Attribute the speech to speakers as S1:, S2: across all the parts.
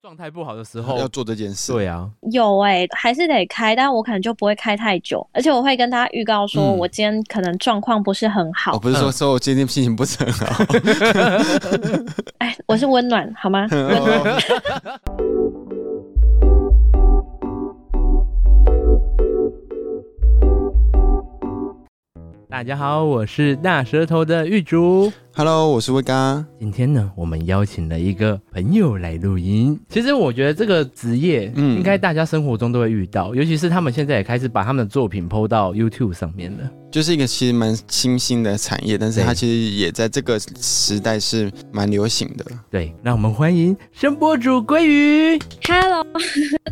S1: 状态不好的时候
S2: 要，做这件事。
S1: 哦对啊，
S3: 有哎、还是得开，但我可能就不会开太久，而且我会跟大家预告说，
S1: 嗯
S3: 我今天可能状况不是很好
S2: 我。哦不是说说我今天心情不是 很好，
S3: 哎、我是温暖好吗？
S2: 哦
S1: 大家好，我是大舌头的玉竹。
S2: Hello，我是威嘎。
S1: 今天呢，我们邀请了一个朋友来录音。其实我觉得这个职业，
S2: 嗯
S1: 应该大家生活中都会遇到，尤其是他们现在也开始把他们的作品 PO 到 YouTube 上面了。
S2: 就是一个其实蛮新兴的产业，但是它
S1: 对
S2: 其实也在这个时代是蛮流行的。
S1: 对，让我们欢迎声波主鲑鱼。
S3: Hello，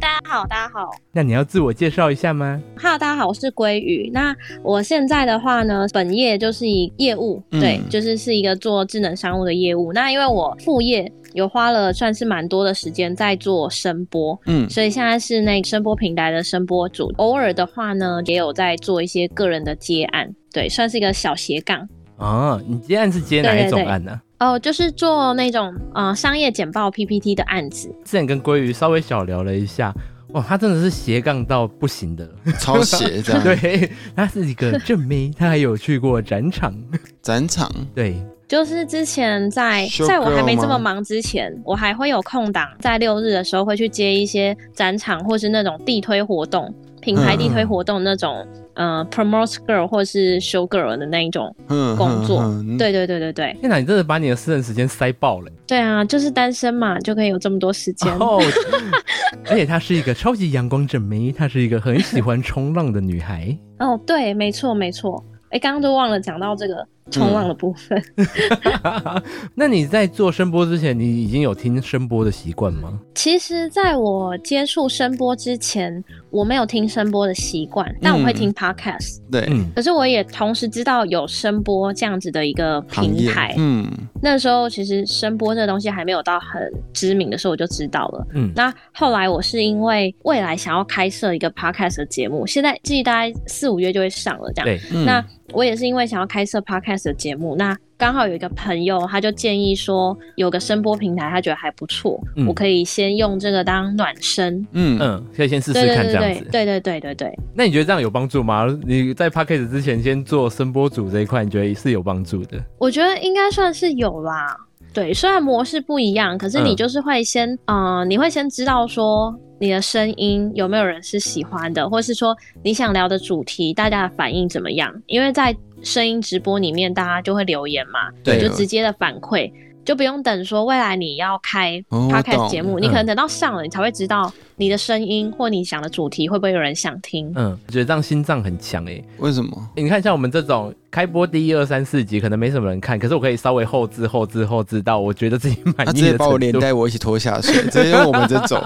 S3: 大 家好，大家好。
S1: 那你要自我介绍一下吗？
S3: Hello，大家好，我是鲑鱼。那我现在的话呢，本业就是以业务，对，
S2: 嗯
S3: 就是是一个做智能商务的业务。那因为我副业有花了算是蛮多的时间在做声波，
S2: 嗯，
S3: 所以现在是那个声波平台的声波主。偶尔的话呢，也有在做一些个人的接案，对，算是一个小斜杠。
S1: 哦，你接案是接哪一种案呢、
S3: 哦，就是做那种呃商业简报 PPT 的案子，
S1: 之前跟鲑鱼稍微小聊了一下，哇，他真的是斜杠到不行的。
S2: 抄写这样。，
S1: 对，他是一个正妹，他还有去过展场。
S2: 展场
S1: 对，
S3: 就是之前在
S2: Showgirl
S3: 在我还没这么
S2: 吗
S3: 忙之前，我还会有空档，在六日的时候会去接一些展场或是那种地推活动、品牌
S2: 嗯
S3: 地推活动那种，呃，promote girl 或是 show girl 的那一种。
S2: 嗯
S3: 工作
S2: 嗯嗯
S3: 对对对对对，
S1: 天哪，你真的把你的私人时间塞爆了。
S3: 对啊，就是单身嘛，就可以有这么多时间。
S1: 哦，而且她是一个超级阳光正妹，她是一个很喜欢冲浪的女孩。
S3: 哦，对，没错没错。哎，刚刚都忘了讲到这个冲浪的部分。
S1: 那你在做声波之前，你已经有听声波的习惯吗？
S3: 其实，在我接触声波之前，我没有听声波的习惯，但我会
S2: 嗯
S3: 听 podcast。
S2: 对
S1: 嗯，
S3: 可是我也同时知道有声波这样子的一个
S2: 行
S3: 平
S2: 业
S3: 台。
S2: 嗯，
S3: 那时候其实声波这个东西还没有到很知名的时候，我就知道了。
S1: 嗯
S3: 那后来我是因为未来想要开设一个 podcast 的节目，现在计大概四五月就会上了这样。
S1: 对，
S2: 嗯
S3: 那我也是因为想要开设 podcast 的节目，那刚好有一个朋友他就建议说有个声波平台，他觉得还不错，
S1: 嗯
S3: 我可以先用这个当暖身。
S2: 嗯
S1: 嗯，可以先试试
S3: 对对
S1: 看这
S3: 对
S1: 样
S3: 对
S1: 子。
S3: 对对对对对，
S1: 那你觉得这样有帮助吗？你在 p a c k a g e 之前先做声波组这一块，你觉得是有帮助的？
S3: 我觉得应该算是有啦。对，虽然模式不一样，可是你
S1: 嗯
S3: 就是会先，嗯、你会先知道说你的声音有没有人是喜欢的，或是说你想聊的主题，大家的反应怎么样？因为在声音直播里面，大家就会留言嘛，
S2: 对哦
S3: 就直接的反馈，就不用等说未来你要开
S2: 哦我
S3: podcast
S2: 懂
S3: 节目，你可能
S1: 嗯
S3: 等到上了，你才会知道你的声音或你想的主题会不会有人想听。
S1: 嗯，我觉得这样心脏很强欸诶、
S2: 为什么？
S1: 你看，像我们这种开播第一、二、三、四集，可能没什么人看，可是我可以稍微后置、后置、后置到我觉得自己满
S2: 他直
S1: 意的程度。
S2: 接把我连带我一起拖下水，直接用我们这种。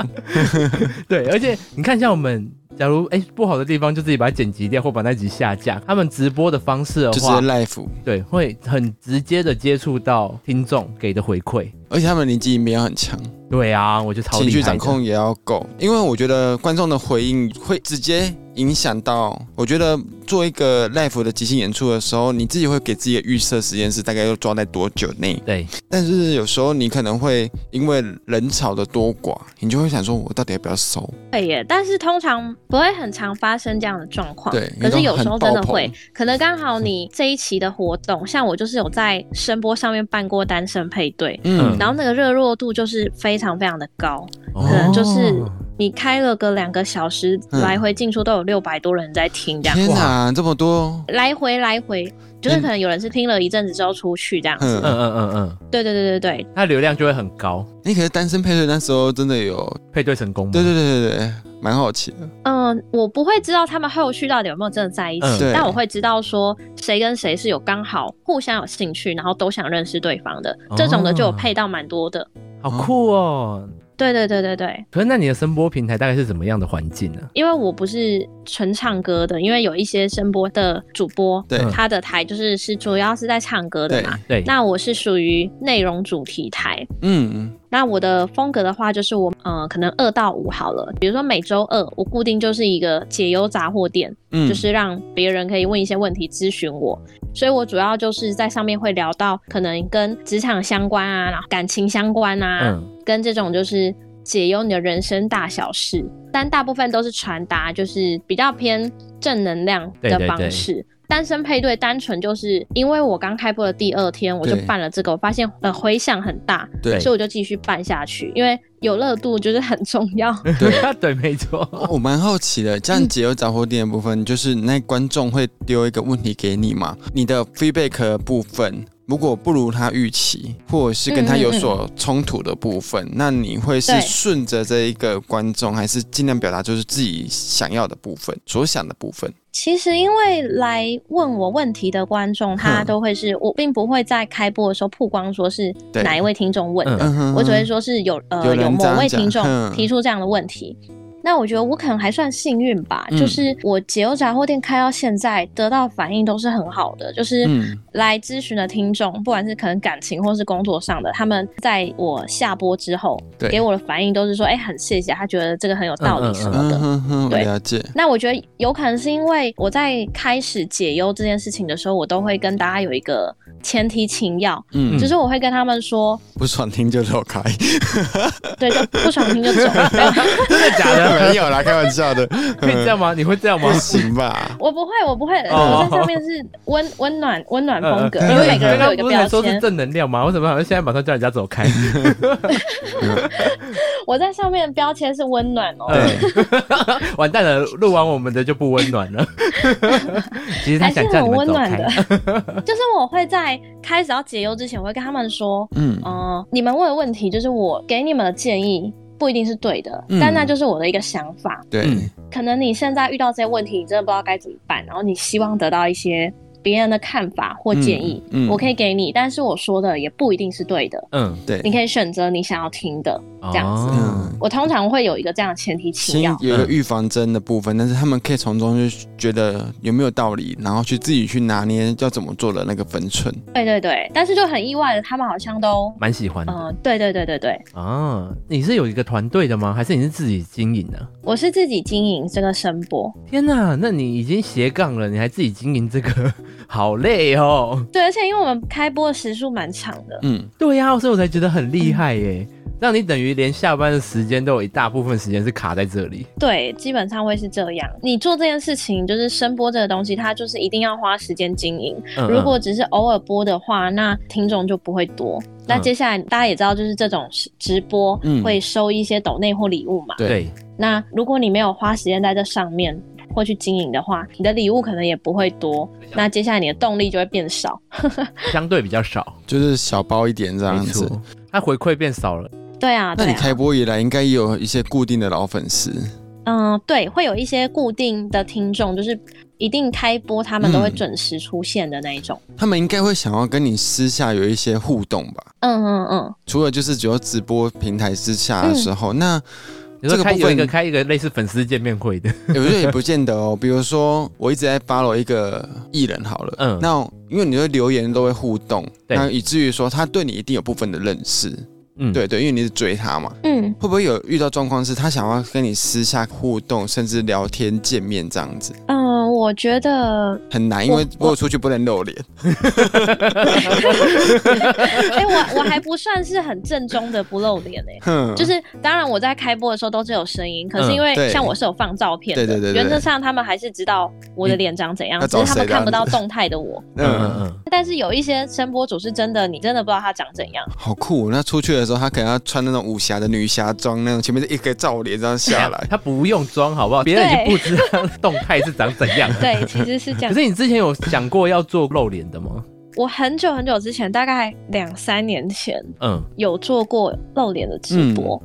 S1: 对，而且你看，像我们，假如哎、不好的地方，就自己把它剪辑掉，或把那集下架。他们直播的方式的
S2: 就直接
S1: 话，
S2: live，
S1: 对，会很直接的接触到听众给的回馈。
S2: 而且他们的记忆力也很强，
S1: 对啊，我觉得超厉害
S2: 情
S1: 的
S2: 绪掌控也要够，因为我觉得观众的回应会直接影响到。我觉得做一个 live 的即兴演出的时候，你自己会给自己的预设时间是大概要抓在多久内，
S1: 对，
S2: 但是有时候你可能会因为人潮的多寡，你就会想说，我到底要不要收？
S3: 会耶，但是通常不会很常发生这样的状况。
S2: 对
S3: 可是有时候真的
S2: 你
S3: 会
S2: 都很爆，嗯
S3: 可能刚好你这一期的活动，像我就是有在声波上面办过单身配对，
S2: 嗯，哦
S3: 然后那个热络度就是非常非常的高，
S1: 可
S3: 可能就是你开了个两个小时，
S2: 嗯
S3: 来回进出都有六百多人在听这样，
S2: 天哪，这么多，
S3: 来回来回，就是
S2: 嗯
S3: 可能有人是听了一阵子之后出去这样子。
S1: 嗯
S2: 嗯，
S1: 嗯嗯嗯，
S3: 对对对对对，
S1: 它流量就会很高。
S2: 你可是单身配对那时候真的有，
S1: 配对成功吗？
S2: 对对对对对，蛮好奇的，
S3: 嗯，我不会知道他们后续到底有没有真的在一起，
S1: 嗯
S2: 对
S3: 但我会知道说谁跟谁是有刚好互相有兴趣，然后都想认识对方的，这种的就
S2: 哦
S3: 有配到蛮多的。
S1: 好酷哦！
S3: 对对对对对，
S1: 可是那你的声波平台大概是怎么样的环境呢、
S3: 因为我不是纯唱歌的，因为有一些声波的主播，
S2: 对
S3: 他的台就是是主要是在唱歌的
S2: 对
S3: 嘛。
S1: 对，
S3: 那我是属于内容主题台，
S2: 嗯，
S3: 那我的风格的话，就是我呃，可能二到五好了。比如说每周二，我固定就是一个解忧杂货店，
S2: 嗯
S3: 就是让别人可以问一些问题咨询我。所以我主要就是在上面会聊到可能跟职场相关啊，然后感情相关啊，
S1: 嗯
S3: 跟这种就是解忧你的人生大小事，但大部分都是传达就是比较偏正能量
S1: 对
S3: 的
S1: 对
S3: 方
S1: 对
S3: 式。单身配对单纯就是因为我刚开播的第二天我就
S2: 对
S3: 办了这个，我发现呃回响很大，
S2: 对
S3: 所以我就继续办下去，因为有热度就是很重要。
S1: 对啊对，没错。
S3: 嗯
S2: 哦我蛮好奇的，这样解忧杂货店的部分，就是那观众会丢一个问题给你嘛？你的 feedback 的部分如果不如他预期，或者是跟他有所冲突的部分，
S3: 嗯
S2: 那你会是
S3: 对
S2: 顺着这一个观众，还是尽量表达就是自己想要的部分，所想的部分？
S3: 其实，因为来问我问题的观众，他
S2: 嗯
S3: 都会是我，并不会在开播的时候曝光说是
S2: 对
S3: 哪一位听众问的，
S2: 嗯哼
S3: 我只会说是有呃
S2: 有人
S3: 有
S2: 这样
S3: 某位
S2: 讲
S3: 听众
S2: 嗯
S3: 提出这样的问题。那我觉得我可能还算幸运吧，
S2: 嗯
S3: 就是我解忧杂货店开到现在，得到反应都是很好的，就是
S2: 嗯
S3: 来咨询的听众，不管是可能感情或是工作上的，他们在我下播之后
S2: 对
S3: 给我的反应都是说，哎、很谢谢，他觉得这个很有道
S1: 嗯嗯
S3: 理
S1: 嗯
S3: 什么的。
S2: 嗯哼哼，我
S3: 对
S2: 了解。
S3: 那我觉得有可能是因为我在开始解忧这件事情的时候，我都会跟大家有一个前提情要，
S2: 嗯，
S3: 就是我会跟他们说，
S2: 不爽听就走开，
S3: 对，就不爽听 就走。没有
S1: 真的假的？
S2: 没有啦，开玩笑的，
S1: 会这样吗？你会这样吗
S2: 不？行吧？
S3: 我不会，我不会，
S1: 哦
S3: 我在上面是温温暖温暖风格，
S1: 嗯
S3: 因为每个人都有
S1: 刚刚
S3: 一个
S1: 不是
S3: 标
S1: 还说是
S3: 签。
S1: 正能量吗？为什么好像现在马上叫人家走 开？嗯
S3: 我在上面的标签是温暖哦。
S1: 嗯 完蛋了，录完我们的就不温暖 了。其实他
S3: 还是
S1: 想叫
S3: 很
S1: 你们
S3: 温
S1: 走
S3: 暖
S1: 开
S3: 的。， 就是我会在开始要解忧之前，我会跟他们说，
S2: 嗯，
S3: 嗯，你们问的问题就是我给你们的建议不一定是对的，
S2: 嗯
S3: 但那就是我的一个想法。
S2: 对，
S1: 嗯
S3: 可能你现在遇到这些问题，你真的不知道该怎么办，然后你希望得到一些别人的看法或建议，
S2: 嗯嗯
S3: 我可以给你，但是我说的也不一定是对的，
S1: 嗯，
S2: 对，
S3: 你可以选择你想要听的。 这样子
S1: 哦
S2: 嗯。
S3: 我通常会有一个这样的前提情
S2: 先
S3: 要，
S1: 嗯
S2: 有一个预防针的部分，但是他们可以从中就觉得有没有道理，然后去自己去拿捏要怎么做的那个分寸。
S3: 对对对，但是就很意外的，他们好像都，
S1: 蛮喜欢的、
S3: 嗯、对对对对对，
S1: 啊！你是有一个团队的吗？还是你是自己经营的、
S3: 我是自己经营这个声波，
S1: 天哪，那你已经斜杠了，你还自己经营这个， 好累哦。
S3: 对，而且因为我们开播的时数蛮长的，
S2: 嗯，
S1: 对呀、所以我才觉得很厉害耶。让你等于连下班的时间都有一大部分时间是卡在这里，
S3: 对，基本上会是这样。你做这件事情，就是声波这个东西，它就是一定要花时间经营。
S1: 嗯
S3: 如果只是偶尔播的话，那听众就不会多。那接下来大家也知道，就是这种直直播
S2: 嗯
S3: 会收一些抖内或礼物嘛。
S1: 嗯
S2: 对
S1: 对
S3: 那如果你没有花时间在这上面或去经营的话，你的礼物可能也不会多。那接下来你的动力就会变少。
S1: 相对比较少，
S2: 就是小包一点这
S1: 没
S2: 样子。
S1: 错，它回馈变少了。
S3: 对啊，
S2: 那
S3: 对
S2: 你
S3: 啊，
S2: 开播以来，应该也有一些固定的老粉丝，
S3: 嗯，对，会有一些固定的听众，就是一定开播他们都会
S2: 嗯
S3: 准时出现的那一种。
S2: 他们应该会想要跟你私下有一些互动吧？
S3: 嗯嗯嗯，
S2: 除了就是只有直播平台之下的时
S1: 嗯
S2: 候，那
S1: 你说
S2: 这个
S1: 开
S2: 部
S1: 有
S2: 分
S1: 一个开一个类似粉丝见面会的，
S2: 有时候也不见得哦。比如说，我一直在 follow 一个艺人好了，
S1: 嗯
S2: 那因为你的留言都会互动，
S1: 对
S2: 那以至于说他对你一定有部分的认识，
S1: 嗯，
S2: 对对，因为你是追他嘛。
S3: 嗯，
S2: 会不会有遇到状况是他想要跟你私下互动，甚至聊天见面这样子？
S3: 嗯，我觉得，
S2: 很难，因
S3: 我
S2: 为我有出去不能露脸。
S3: 哎、我 我还不算是很正宗的不露脸哎、
S2: 哼，
S3: 就是当然我在开播的时候都只有声音，可是
S1: 嗯
S3: 因为
S2: 嗯对
S3: 像我是有放照片的，
S2: 对对对对
S3: 原则上他们还是知道我的脸长怎样
S2: 你要，
S3: 只
S2: 找
S3: 是他们
S2: 谁
S3: 看不
S2: 这样
S3: 到
S2: 子
S3: 动态的我。
S1: 嗯嗯
S2: 嗯，
S1: 嗯，
S3: 但是有一些声波主是真的，你真的不知道他长怎 样。
S2: 好酷。哦那出去的时候，他可能要穿那种武侠的女侠装，那种前面是一个罩帘这样下来。
S1: 啊他不用装好不好？别人已经
S3: 对
S1: 不知道动态是长怎样了。
S3: 对，其实是这 样
S1: 可。是你之前有想过要做露脸的吗？
S3: 我很久很久之前，大概两三年前
S1: 嗯，
S3: 有做过露脸的直播，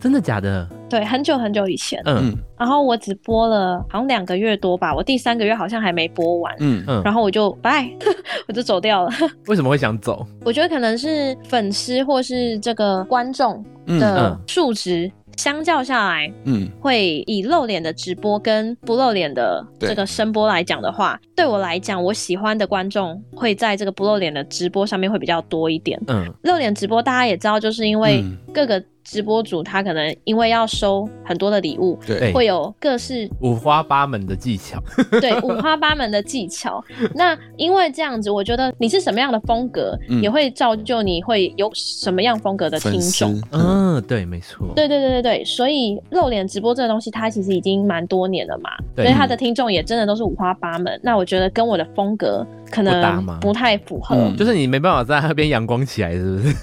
S1: 真的假的？
S3: 对，很久很久以前。
S1: 嗯
S2: 嗯
S3: 然后我只播了好像两个月多吧，我第三个月好像还没播完。
S2: 嗯，
S1: 嗯，
S3: 然后我就拜， 我就走掉了。
S1: 为什么会想走？
S3: 我觉得可能是粉丝或是这个观众
S2: 嗯
S3: 的
S1: 嗯
S3: 数值，相较下来，
S2: 嗯，
S3: 会以露脸的直播跟不露脸的
S2: 对
S3: 这个声波来讲的话，对我来讲，我喜欢的观众会在这个不露脸的直播上面会比较多一点。
S1: 嗯，
S3: 露脸直播大家也知道，就是因为
S2: 嗯
S3: 各个直播主他可能因为要收很多的礼物，
S1: 对
S2: 对，
S3: 会有各式
S1: 五花八门的技巧，
S3: 对五花八门的 技巧。那因为这样子，我觉得你是什么样的风格，
S2: 嗯
S3: 也会造就你会有什么样风格的听
S2: 粉丝
S3: 众。，
S2: 嗯，
S1: 嗯，对，没错，
S3: 对对对对对，所以露脸直播这个东西，它其实已经蛮多年了嘛，
S1: 对
S3: 所以它的听众也真的都是五花八门。那我觉得跟我的风格可
S1: 不搭
S3: 能
S1: 吗
S3: 不太符合。
S2: 嗯
S1: 就是你没办法在那边阳光起来，是不是？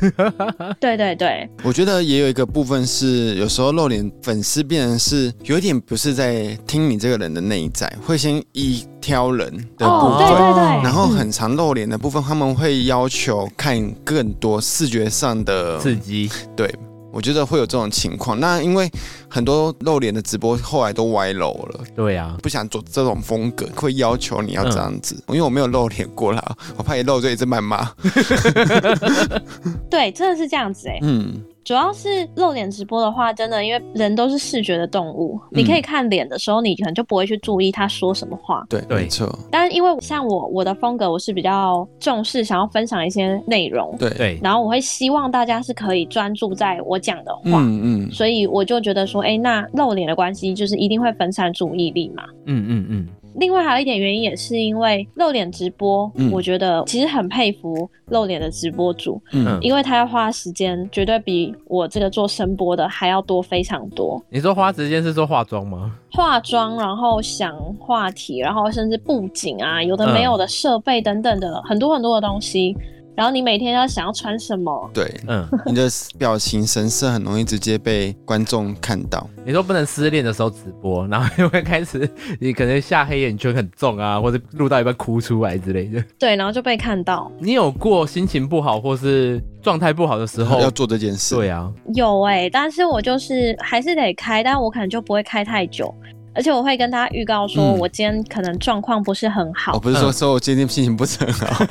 S3: 对对对，
S2: 我觉得也有一个部分是，有时候露脸粉丝变成是有一点不是在听你这个人的内在，会先一挑人的部
S3: 哦，
S2: 分。
S3: 对对对，
S2: 然后
S3: 嗯
S2: 很常露脸的部分，他们会要求看更多视觉上的
S1: 刺激，
S2: 我觉得会有这种情况。那因为很多露脸的直播后来都歪楼了，
S1: 对啊，
S2: 不想走这种风格，会要求你要这样子。因为我没有露脸过啦，我怕一露就一直谩骂。
S3: 对，真的是这样子哎、
S2: 嗯，
S3: 主要是露脸直播的话，真的因为人都是视觉的动物，你可以看脸的时候，你可能就不会去注意他说什么话。
S2: 对，
S1: 对
S2: 没错，
S3: 但因为像我我的风格，我是比较重视想要分享一些内容，
S2: 对，
S1: 对，
S3: 然后我会希望大家是可以专注在我讲的话。
S2: 嗯嗯，
S3: 所以我就觉得说，哎、那露脸的关系就是一定会分散注意力嘛。
S1: 嗯嗯嗯，
S3: 另外还有一点原因也是因为露脸直播，
S2: 嗯
S3: 我觉得其实很佩服露脸的直播主，
S1: 嗯
S2: 嗯，
S3: 因为他要花时间，绝对比我这个做声波的还要多非常多。
S1: 你说花时间是说化妆吗？
S3: 化妆，然后想话题，然后甚至布景啊，有的
S1: 嗯，
S3: 没有的设备等等的，很多很多的东西。然后你每天要想要穿什么，
S2: 对
S1: 嗯，
S2: 你的表情神色很容易直接被观众看到。
S1: 你说不能失恋的时候直播，然后就会开始你可能下黑眼圈很重啊， 或者录到一半哭出来之类的。
S3: 对，然后就被看到。
S1: 你有过心情不好或是状态不好的时候
S2: 要？做这件事，
S1: 对啊，
S3: 有哎、但是我就是还是得开，但我可能就不会开太久，而且我会跟大家预告说，
S2: 嗯
S3: 我今天可能状况不是很好
S2: 哦我，不是说
S1: 嗯
S2: 说我今天心情不是很好，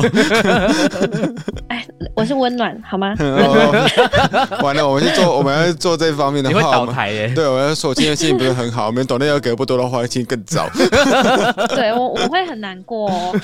S3: 我是温暖好 吗？
S2: 哦完了，我们去做，我们要去做这方面的
S1: 你会
S2: 话，我
S1: 倒
S2: 们
S1: 台耶、
S2: 对，我要说我今天心情不是很好，我们懂内要给不多的话，心情更糟。
S3: 对我我会很难过、哦。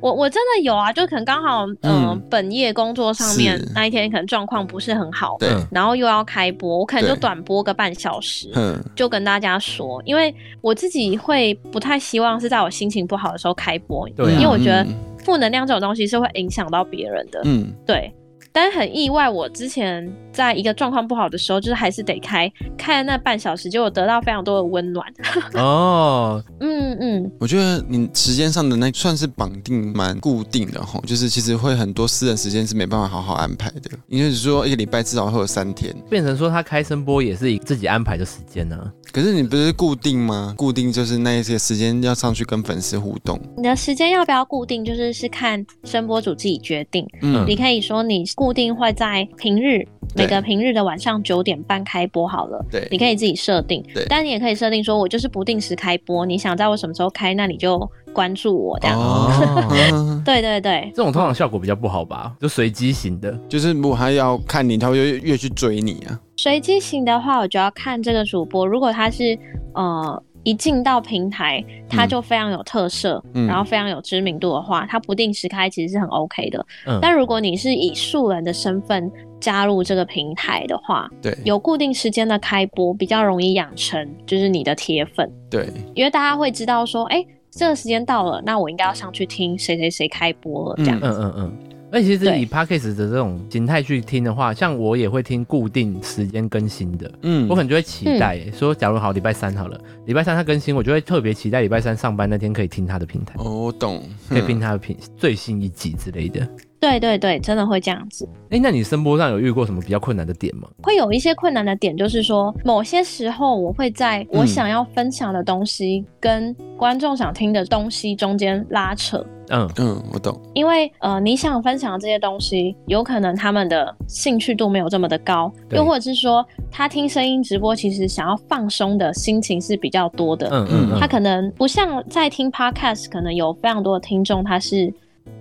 S3: 我我真的有啊，就可能刚好、嗯
S2: 嗯
S3: 本业工作上面
S2: 是
S3: 那一天可能状况不是很好，
S2: 对，
S1: 嗯
S3: 然后又要开播，我可能就
S2: 对
S3: 短播个半小时，
S2: 嗯，
S3: 就跟大家说，因为我自己会不太希望是在我心情不好的时候开播，
S1: 对啊
S3: 因为我觉得
S2: 嗯
S3: 负能量这种东西是会影响到别人的，
S2: 嗯，
S3: 对。但是很意外，我之前在一个状况不好的时候，就是还是得开，开了那半小时，结果得到非常多的温暖。
S1: 哦，
S3: 嗯嗯，
S2: 我觉得你时间上的那算是绑定蛮固定的吼，就是其实会很多私人时间是没办法好好安排的，因为你说一个礼拜至少会有三天，
S1: 变成说他开声波也是以自己安排的时间呢、
S2: 可是你不是固定吗？固定就是那一些时间要上去跟粉丝互动，
S3: 你的时间要不要固定，就是是看声波主自己决定。
S2: 嗯
S3: 你可以说你固定会在平日，
S2: 对
S3: 每个平日的晚上九点半开播好了。
S2: 对
S3: 你可以自己设定
S2: 对，
S3: 但你也可以设定说，我就是不定时开播，你想在我什么时候开，那你就关注我这样。
S2: 哦，
S3: 对对 对，
S1: 这种通常效果比较不好吧，就随机型的。
S2: 就是如果他要看你，他会越越去追你啊，
S3: 随机型的话，我就要看这个主播，如果他是呃一进到平台，他
S2: 嗯
S3: 就非常有特色，
S2: 嗯
S3: 然后非常有知名度的话，他不定时开其实是很 OK 的。
S1: 嗯，
S3: 但如果你是以素人的身份加入这个平台的话，
S2: 对
S3: 有固定时间的开播，比较容易养成就是你的铁粉，
S2: 对，
S3: 因为大家会知道说，哎、这个时间到了，那我应该要上去听谁谁谁开播了这样。
S1: 嗯嗯嗯。而且其实
S3: 对
S1: 以 podcast 的这种形态去听的话，像我也会听固定时间更新的，
S2: 嗯
S1: 我可能就会期待、
S3: 嗯
S1: 欸说，假如好礼拜三好了，礼拜三他更新，我就会特别期待礼拜三上班那天可以听他的平台，
S3: 嗯
S2: 哦，我懂，
S1: 可以听他的平最新一集之类的。
S3: 对对对，真的会这样子。
S1: 哎、那你声波上有遇过什么比较困难的点吗？
S3: 会有一些困难的点，就是说某些时候我会在我
S2: 嗯
S3: 想要分享的东西跟观众想听的东西中间拉扯，
S1: 嗯，
S2: 嗯，我懂，
S3: 因为呃，你想分享的这些东西，有可能他们的兴趣度没有这么的高，
S1: 对
S3: 又或者是说他听声音直播，其实想要放松的心情是比较多的。
S1: 嗯嗯嗯，
S3: 他可能不像在听 podcast，可能有非常多的听众，他是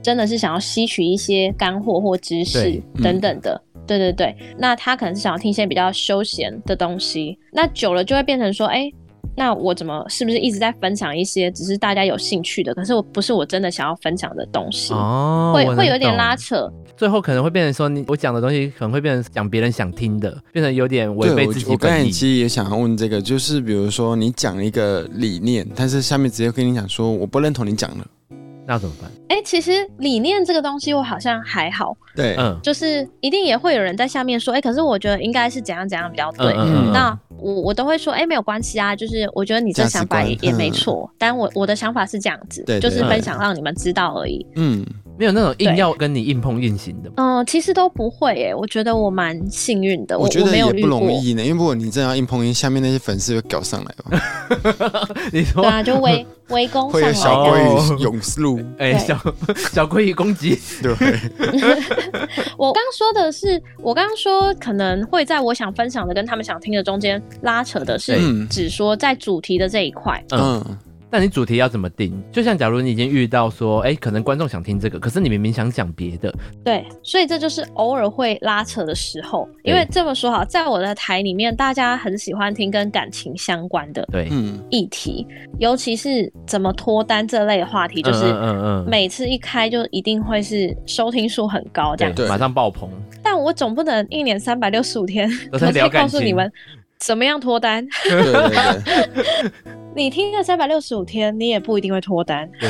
S3: 真的是想要吸取一些干货或知识
S1: 对
S2: 嗯
S3: 等等的。对对对，那他可能是想要听一些比较休闲的东西，那久了就会变成说，哎、那我怎么是不是一直在分享一些只是大家有兴趣的，可是我不是我真的想要分享的东西，
S1: 哦，
S3: 会
S1: 我
S3: 会
S1: 能
S3: 有点拉
S1: 懂，
S3: 扯。
S1: 最后可能会变成说你我讲的东西可能会变成讲别人想听的，变成有点违
S2: 对，
S1: 背
S2: 我
S1: 自己
S2: 我刚才
S1: 本意
S2: 其。实也想要问这个，就是比如说你讲一个理念，但是下面直接跟你讲说我不认同你讲的，
S1: 那怎么办？
S3: 哎、其实理念这个东西我好像还好，
S2: 对，
S1: 嗯
S3: 就是一定也会有人在下面说，哎、可是我觉得应该是怎样怎样比较对。
S1: 嗯嗯嗯，
S3: 那我我都会说，哎、没有关系啊，就是我觉得你这
S2: 价值
S3: 想法也
S2: 观
S3: 也没
S2: 嗯
S3: 错，但我我的想法是这样子，
S2: 对对
S3: 就是分
S1: 对
S3: 享让你们知道而已。
S2: 嗯，
S1: 没有那种硬
S3: 对
S1: 要跟你硬碰硬型的嘛。
S3: 嗯，其实都不会耶、我觉得我蛮幸运的，我
S2: 觉得
S3: 没
S2: 也
S3: 有遇
S2: 不容
S3: 过。
S2: 易呢，因为如果你真的要硬碰硬，下面那些粉丝会搞上来吧，
S1: 你说
S3: 对，啊，就围围攻
S2: 会有
S3: 上来
S2: 小
S3: 这
S1: 龟
S3: 样。
S2: 鲑鱼涌入，
S1: 哎，
S3: 对
S1: 小 小鲑鱼攻击，
S2: 对，
S3: 我刚说的是，我刚刚说可能会在我想分享的跟他们想听的中间拉扯的是
S2: 嗯，
S3: 只说在主题的这一块。
S2: 嗯，
S1: 那你主题要怎么定？就像假如你已经遇到说，哎、可能观众想听这个，可是你明明想讲别的，
S3: 对，所以这就是偶尔会拉扯的时候。因为
S1: 对
S3: 这么说好，在我的台里面，大家很喜欢听跟感情相关的
S1: 对，
S2: 嗯，
S3: 议题，尤其是怎么脱单这类的话题，就是
S1: 嗯
S3: 每次一开就一定会是收听数很高这样。
S1: 对，
S2: 对
S1: 马上爆棚，
S3: 但我总不能一年三百六十五天
S1: 都在
S3: 都
S1: 聊
S3: 在
S1: 感
S3: 告
S1: 情
S3: 诉你们怎么样脱单。
S2: 对对 对，
S3: 你听了三百六十五天，你也不一定会脱单。
S1: 对，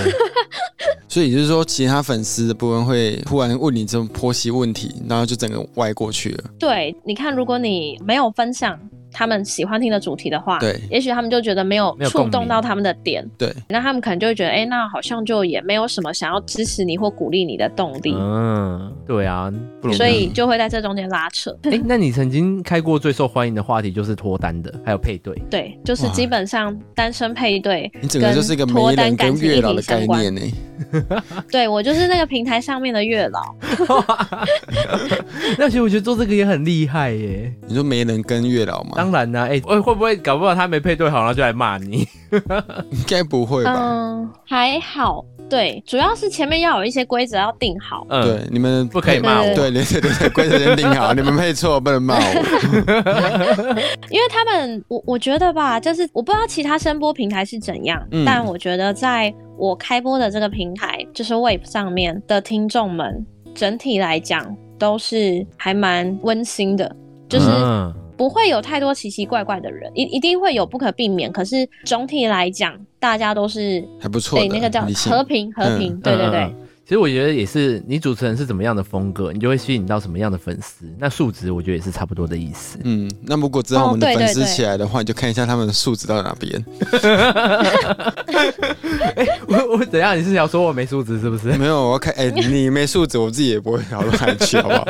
S2: 所以就是说，其他粉丝的部分会突然问你这种婆媳问题，然后就整个歪过去了，
S3: 对，你看，如果你没有分享他们喜欢听的主题的话，
S2: 对
S3: 也许他们就觉得没有
S1: 没有
S3: 触
S1: 共
S3: 动
S1: 鸣
S3: 到他们的点，
S2: 对，
S3: 那他们可能就会觉得，哎、那好像就也没有什么想要支持你或鼓励你的动力，
S1: 嗯，对啊，
S2: 不容易，
S3: 所以就会在这中间拉扯。
S1: 哎、那你曾经开过最受欢迎的话题就是脱单的，还有配对，
S3: 对，就是
S2: 哇
S3: 基本上单身 配对，
S2: 你整个就是一个
S3: 脱
S2: 媒
S3: 单
S2: 人
S3: 感
S2: 跟
S3: 情
S2: 月
S3: 议
S2: 老
S3: 题
S2: 的概
S3: 相关
S2: 念呢，
S3: 对我就是那个平台上面的月老。
S1: 那其实我觉得做这个也很厉害耶。
S2: 你说媒人跟月老吗？
S1: 当然啦、哎、会会不会搞不好他没配对好，然后就来骂你？
S2: 应该不会吧？
S3: 嗯，还好，对，主要是前面要有一些规则要定好。
S1: 嗯，
S2: 对，你们
S1: 不可以骂我
S2: 对对对对，规则先定好，你们配错不能骂 我。
S3: 因为他们，我我觉得吧，就是我不知道其他声波平台是怎样，
S2: 嗯
S3: 但我觉得在我开播的这个平台，就是 Wave 上面的听众们，整体来讲都是还蛮温馨的，就是
S1: 嗯
S3: 不会有太多奇奇怪怪的人，一一定会有不可避免，可是总体来讲，大家都是
S2: 还不错
S3: 对
S2: 的，
S3: 那个叫
S2: 理性
S3: 和平和平，对对对。
S1: 嗯嗯嗯其实我觉得也是，你主持人是怎么样的风格，你就会吸引到什么样的粉丝。那数值我觉得也是差不多的意思。
S2: 嗯，那如果知道我们的
S3: 哦对
S2: 粉
S3: 对
S2: 丝
S3: 对
S2: 起来的话，你就看一下他们的素质到哪
S3: 哦
S2: 边。
S1: 我我怎样？你是想说我没素质是不 是？
S2: 没有，我要看， 哎、你没素质，我自己也不会跑到哪里去，好不好？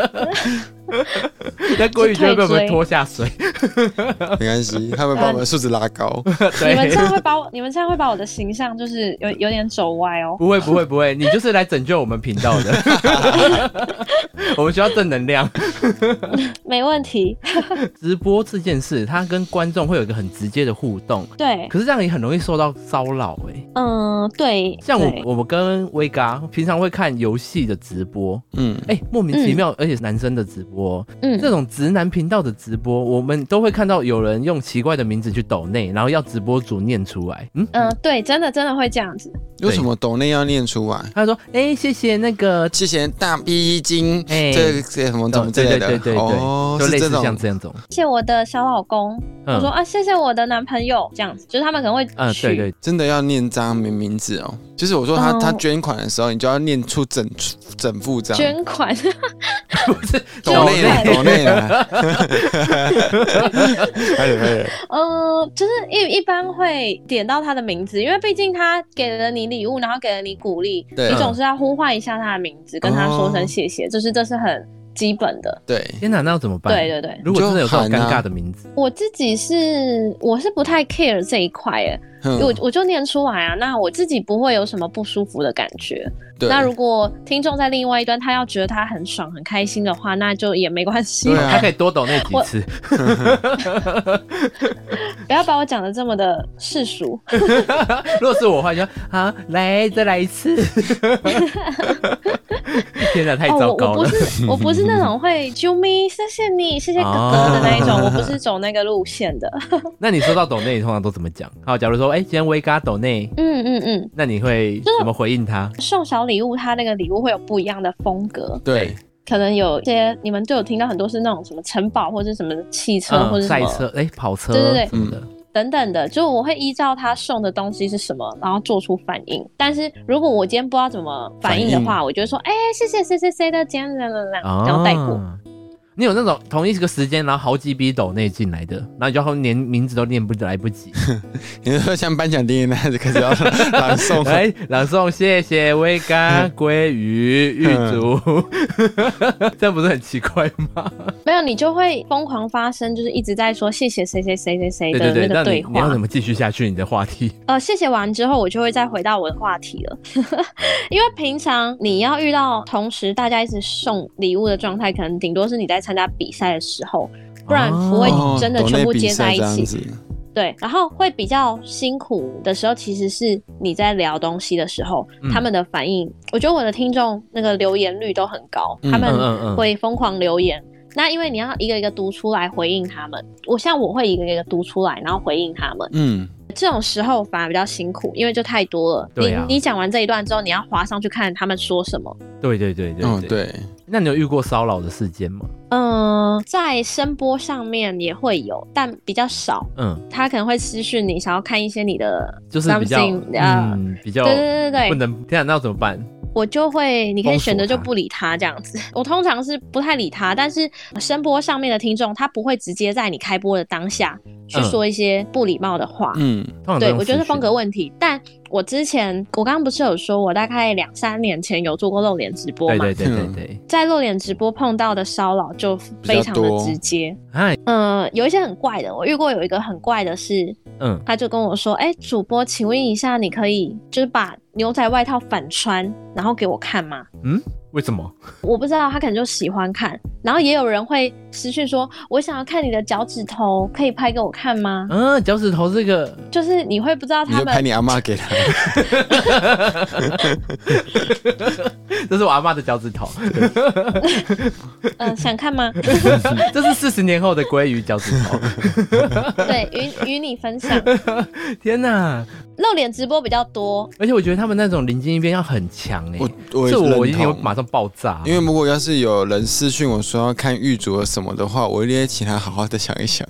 S1: 那郭宇就会被我们拖下水。
S2: 没关系，他们把我们的素质拉高。
S3: 你们
S1: 对，
S3: 这样会把我，你 们这样会把我的形象就是有有点走歪哦。
S1: 不会不会不会，你就是来拯救我们频道的。 我们需要正能量。
S3: 没问题，
S1: 直播这件事，它跟观众会有一个很直接的互动，
S3: 对，
S1: 可是这样也很容易受到骚扰哎、
S3: 嗯，对，
S1: 像
S3: 对
S1: 我，我们跟威嘎平常会看游戏的直播，
S2: 嗯，
S1: 哎、莫名其妙，而且是男生的直播哦，
S3: 嗯
S1: 这种直男频道的直播，我们都会看到有人用奇怪的名字去抖内，然后要直播主念出来，嗯，
S3: 嗯、对，真的真的会这样子。
S2: 为什么抖内要念出来？
S1: 他说，哎、谢谢那个
S2: 谢谢大逼精，
S1: 哎
S2: 这个这个什么怎么之
S1: 对对
S2: 类的，
S1: 对对对，
S2: 哦，
S1: 就是类似
S2: 这种
S1: 像这样种，
S3: 谢谢我的小老公，我说
S1: 嗯
S3: 啊，谢谢我的男朋友，这样子，就是他们可能会
S1: 嗯，
S3: 取，
S1: 对对，
S2: 真的要念张明名字哦。就是我说他、
S3: 哦
S2: 他捐款的时候，你就要念出整整副章。
S3: 捐款，
S1: 不是
S2: 抖
S1: 抖
S2: 内了，
S1: 内，
S2: 抖内了。哎呦哎呦，
S3: 呃，就是一一般会点到他的名字，因为毕竟他给了你礼物，然后给了你鼓励，
S2: 对
S3: 你总是要呼唤一下他的名字，跟他说
S1: 哦
S3: 声谢谢，就是这是很基本的。
S2: 对，
S1: 天哪，那要怎么办？
S3: 对对对，
S1: 如果真的有这种
S2: 你就
S1: 尴
S2: 喊啊
S1: 尬的名字，
S3: 我自己是我是不太 care 这一块，哎，
S2: 嗯
S3: 我我就念出来啊，那我自己不会有什么不舒服的感觉。
S2: 对，
S3: 那如果听众在另外一端，他要觉得他很爽、很开心的话，那就也没关系
S2: 对，啊
S1: 他可以多抖那几次。
S3: 不要把我讲的这么的世俗。
S1: 如果是我的话，你就好，来再来一次。 天哪，太糟
S3: 哦，我
S1: 糕
S3: 我不
S1: 了。
S3: 是我不是那种会啾咪，谢谢你，谢谢哥哥的那一种，我不是走那个路线 的。
S1: 那你收到抖内，你通常都怎么讲？好，假如说，哎、今天威嘎抖内，
S3: 嗯嗯嗯，
S1: 那你会怎么回应他？
S3: 送小礼物，它那个礼物会有不一样的风格，
S2: 对，
S3: 可能有一些你们就有听到很多是那种什么城堡或者什么汽车、或者什
S1: 赛
S3: 么
S1: 车，哎、跑车，
S3: 对对对
S1: 什么的。
S3: 等等
S1: 嗯
S3: 的，就我会依照他送的东西是什么，然后做出反应。但是如果我今天不知道怎么反应的
S2: 反
S3: 话，我就会说，哎、谢谢谁谁谁的，今天啦啦啦，
S1: 啊，
S3: 嗯然后带过。
S1: 你有那种同一个时间，然后好几笔抖内进来的，然后你就后连名字都念不来不 及。
S2: 你说像颁奖典礼那样子开始要朗 诵，
S1: 哎，朗诵，谢谢威嘎、鲑鱼、玉竹，
S3: 嗯
S1: 这样不是很奇怪吗？
S3: 没有，你就会疯狂发声，就是一直在说谢谢谁谁谁谁谁
S1: 对
S3: 的
S1: 对对，
S3: 那个
S1: 那
S3: 对
S1: 你你要
S3: 话
S1: 怎。么继续下去你的话题？
S3: 呃，谢谢完之后，我就会再回到我的话题了， 因为平常你要遇到同时大家一直送礼物的状态，可能顶多是你在参加比赛的时候，不然不会
S2: 哦，
S3: 真的
S2: 懂
S3: 全
S2: 那
S3: 部
S2: 比
S3: 接在
S2: 赛
S3: 一
S2: 这样
S3: 起。
S2: 子，
S3: 对，然后会比较辛苦的时候，其实是你在聊东西的时候，
S1: 嗯
S3: 他们的反应，我觉得我的听众那个留言率都很高，
S2: 嗯
S3: 他
S1: 嗯
S3: 们
S1: 嗯嗯，
S3: 会疯狂留言。那因为你要一个一个读出来回应他们，我像我会一个一个读出来，然后回应他们。
S2: 嗯，
S3: 这种时候反而比较辛苦，因为就太多了。
S1: 对啊
S3: 你你讲完这一段之后，你要滑上去看他们说什么。
S1: 对对对对
S2: 哦
S1: 对。
S2: 对，
S1: 那你有遇过骚扰的事件吗？
S3: 嗯、在声波上面也会有，但比较少。
S1: 嗯，
S3: 他可能会私讯你，想要看一些你的
S1: 就是比较
S3: something 啊、
S1: 嗯比较
S3: 对对对对
S1: 不能天啊，那要怎么办？
S3: 我就会，你可以
S1: 封锁
S3: 选择就
S1: 他
S3: 不理他这样子。我通常是不太理他，但是声波上面的听众，他不会直接在你开播的当下去
S1: 嗯
S3: 说一些不礼貌的话。
S2: 嗯，
S1: 通常都
S3: 对，
S1: 用
S3: 我觉得
S1: 私讯
S3: 是风格问题。但我之前，我刚刚不是有说，我大概两三年前有做过露脸直播
S1: 对
S3: 嘛？
S1: 对对对
S2: 嗯
S1: 对，
S3: 在露脸直播碰到的骚扰就非常
S2: 比较
S3: 的
S2: 多
S3: 直接。
S1: 哎，
S3: 嗯、有一些很怪的，我遇过有一个很怪的是，
S1: 嗯，
S3: 他就跟我说：“哎、主播，请问一下，你可以就是把牛仔外套反穿，然后给我看吗？”
S1: 为什么？
S3: 我不知道，他可能就喜欢看。然后也有人会私讯说：“我想要看你的脚趾头，可以拍给我看吗
S1: 嗯，脚趾头这个？”
S3: 就是你会不知道
S2: 你
S3: 他
S2: 就拍
S3: 们
S2: 你阿妈给他，
S1: 这是我阿妈的脚趾 头，
S3: 呃想看 吗？
S1: 这是四十年后的鲑鱼脚趾头。
S3: 对，与与你分享。
S1: 天哪！
S3: 露脸直播比较多，
S1: 而且我觉得他们那种临近一边要很强哎、
S2: 我我
S1: 这我一
S2: 认
S1: 定会
S2: 同。
S1: 马上爆炸。
S2: 因为如果要是有人私讯我说要看玉竹什么的话，我一定会请他好好的想一想。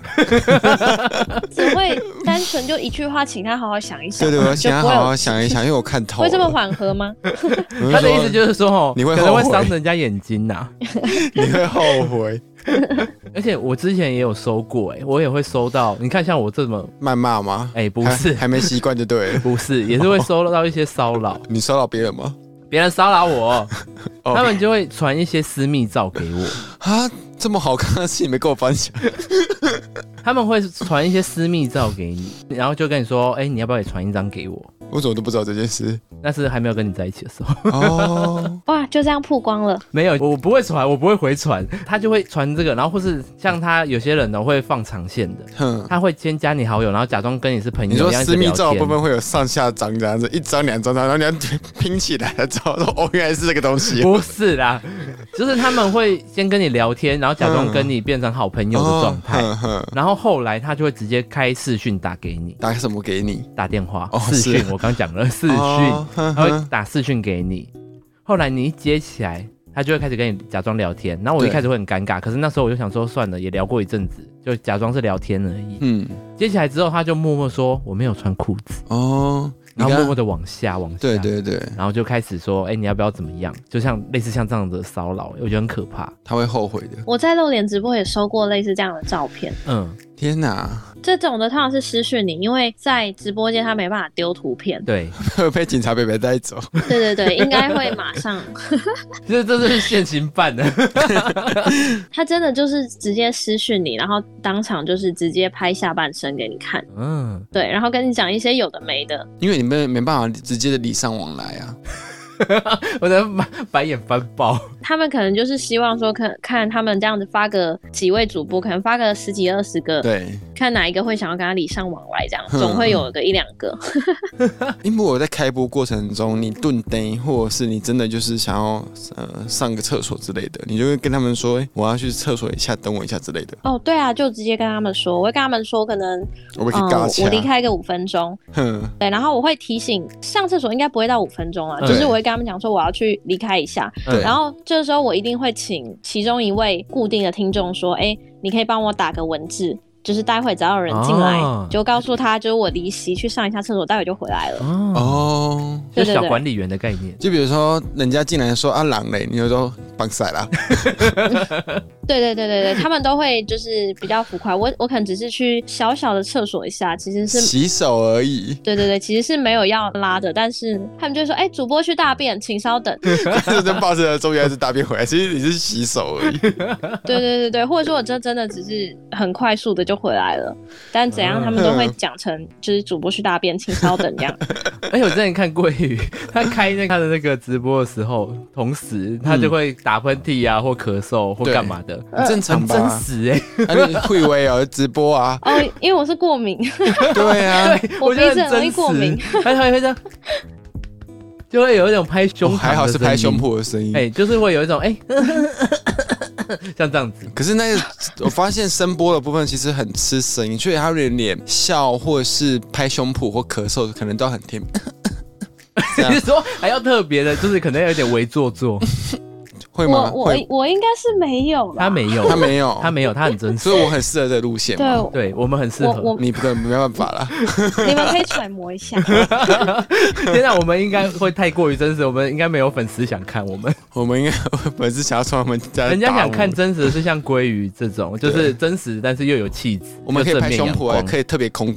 S3: 只 会单纯就一句话，请他好好想一想，
S2: 对对，我要请
S3: 就
S2: 他
S3: 不会
S2: 好
S3: 有
S2: 好想一想，因为我看透了。
S3: 会这么缓和吗？
S2: 我就
S1: 他的意
S2: 说
S1: 思就是说，哦，
S2: 你会
S1: 可能会
S2: 后悔
S1: 伤人家眼睛呐、
S2: 你会后悔，
S1: 而且我之前也有收过、哎，我也会收到。你看，像我这么，
S2: 谩骂吗？
S1: 哎、不
S2: 还
S1: 是，
S2: 还没习惯就 对了。
S1: 不是，也是会收到一些骚扰，
S2: 你骚扰别人吗？
S1: 别人骚扰我，
S2: 哦
S1: 他们就会传一些私密照给我，
S2: 啊，这么好看的事情没跟我分享，
S1: 他们会传一些私密照给你，然后就跟你说，哎、你要不要也传一张给我？
S2: 我怎么都不知道这件事。
S1: 那是还没有跟你在一起的时候，
S2: 哦，
S3: 哇，就这样曝光了，
S1: 没有，我不会传，我不会回传，他就会传这个，然后或是像他有些人呢会放长线 的，
S2: 哼，
S1: 他会先加你好友，然后假装跟你是朋友，
S2: 你说
S1: 然后一直
S2: 私密
S1: 聊
S2: 照的
S1: 天
S2: 部分会有上下张这样子，一张两张，然后你要拼起来的照，说哦，原来是这个东西。
S1: 不是啦，就是他们会先跟你聊天，然后假装 跟你变成好朋友的状态，
S2: 哦哼哼
S1: 然后后来他就会直接开视讯打给你，
S2: 打什么给你？
S1: 打电话、
S2: 哦
S1: 视讯
S2: 是，
S1: 我刚讲了视讯，
S2: 哦哼
S1: 他
S2: 哼
S1: 会打视讯给你，后来你一接起来，他就会开始跟你假装聊天，然后我一
S2: 对
S1: 开始会很尴尬，可是那时候我就想说算了，也聊过一阵子，就假装是聊天而已。
S2: 嗯，
S1: 接起来之后，他就默默说我没有穿裤子，
S2: 哦，你
S1: 然后默默
S2: 看，
S1: 的往下往下，
S2: 对对对，
S1: 然后就开始说，哎、你要不要怎么样？就像类似像这样的骚扰，我觉得很可怕。
S2: 他会后悔的。
S3: 我在露脸直播也收过类似这样的照片，
S1: 嗯，。
S2: 天哪，
S3: 这种的通常是私讯你，因为在直播间他没办法丢图片
S1: 对，
S2: 会被警察伯伯带走，
S3: 对对对，应该会马上。
S1: 这这是现行犯的，
S3: 他真的就是直接私讯你，然后当场就是直接拍下半身给你看，
S1: 嗯，
S3: 对，然后跟你讲一些有的没的。
S2: 因为你们没办法直接的礼尚往来啊。
S1: 我的白白眼翻爆，
S3: 他们可能就是希望说看，看他们这样子发个几位主播，可能发个十几二十个，
S2: 对，
S3: 看哪一个会想要跟他礼尚往来，这样
S2: 嗯
S3: 总会有个一两个。
S2: 因为我在开播过程中，你顿呆，或者是你真的就是想要呃上个厕所之类的，你就会跟他们说，哎、我要去厕所一下，等我一下之类的，
S3: 哦，对啊，就直接跟他们说，我会跟他们说，可能
S2: 我被
S3: 嗯、
S2: 嘎起
S3: 我
S2: 来
S3: 离。开个五分钟，
S2: 哼，
S3: 对，然后我会提醒上厕所应该不会到五分钟啊，
S1: 嗯
S3: 就是我会跟他们讲说我要去离开一下，
S1: 对
S3: 然后这时候我一定会请其中一位固定的听众说，哎，你可以帮我打个文字。就是待会只要有人进来，
S1: 哦
S3: 就告诉他，就是我离席去上一下厕所，待会就回来 了。
S1: 哦，
S2: 哦，
S1: 就
S3: 对
S1: 是
S3: 对
S1: 小
S3: 对
S1: 管理员的概念，
S2: 就比如说人家进来说啊狼嘞，你就说绑塞啦，
S3: 对对对对对，他们都会就是比较浮夸。我我可能只是去小小的厕所一下，其实 是
S2: 洗手而
S3: ，
S2: 已
S3: 对对对，其实是没有要拉的，但是他们就会说，哎、主播去大便，请稍等。
S2: 这就抱着终于还是大便回来，其实你是洗手 而已。
S3: 对对对对，或者说我这真的只是很快速的就回来了，但怎样他们都会讲成就是主播去大便，请稍等这样。
S1: 而哎且我之前看桂宇，他开那个他的那个直播的时候，同时他就会打喷嚏啊，或咳嗽或
S2: 嗯对
S1: 干嘛
S3: 呃
S1: 的，
S2: 很正常
S1: 很真
S2: 吧？
S1: 实哎、
S2: 啊，你会威哦，直播啊，
S3: 哦，因为我是过敏，
S2: 对啊，
S1: 对，
S3: 嗯我
S1: 我觉得
S3: 鼻子
S1: 很
S3: 很容易
S1: 真
S3: 过敏
S1: 实， 他会会这样，就会有一种拍胸
S2: 哦
S1: 膛，
S2: 还好是拍胸，脯的声音
S1: 哎、。就是会有一种哎， 像这样子，
S2: 可是那个，我发现声波的部分其实很吃声音，所以他连脸笑或是拍胸脯或咳嗽，可能都很听。这样
S1: 你说还要特别的，就是可能有点微做作，
S2: 会
S3: 我
S2: 吗？
S3: 我
S2: 会，
S3: 我应该是没有
S1: 他
S3: 啦。
S1: 没有，
S2: 他没有，
S1: 他没有，他很真实，
S2: 所以我很适合这个路线
S3: 对，
S2: 嘛。
S3: 我
S1: 对我们很适合。
S3: 我
S2: 你不可能没办法 啦，
S3: 你们可以揣摩一下。
S1: 现在我们应该会太过于真实，我们应该没有粉丝想看我们，
S2: 我们应该粉丝想要从我们家，
S1: 人家想看，真实的是像鲑鱼这种，就是真实但是又有气质，
S2: 我们可以
S1: 又正
S2: 拍
S1: 面
S2: 胸
S1: 阳
S2: 脯啊，
S1: 光
S2: 可以特别空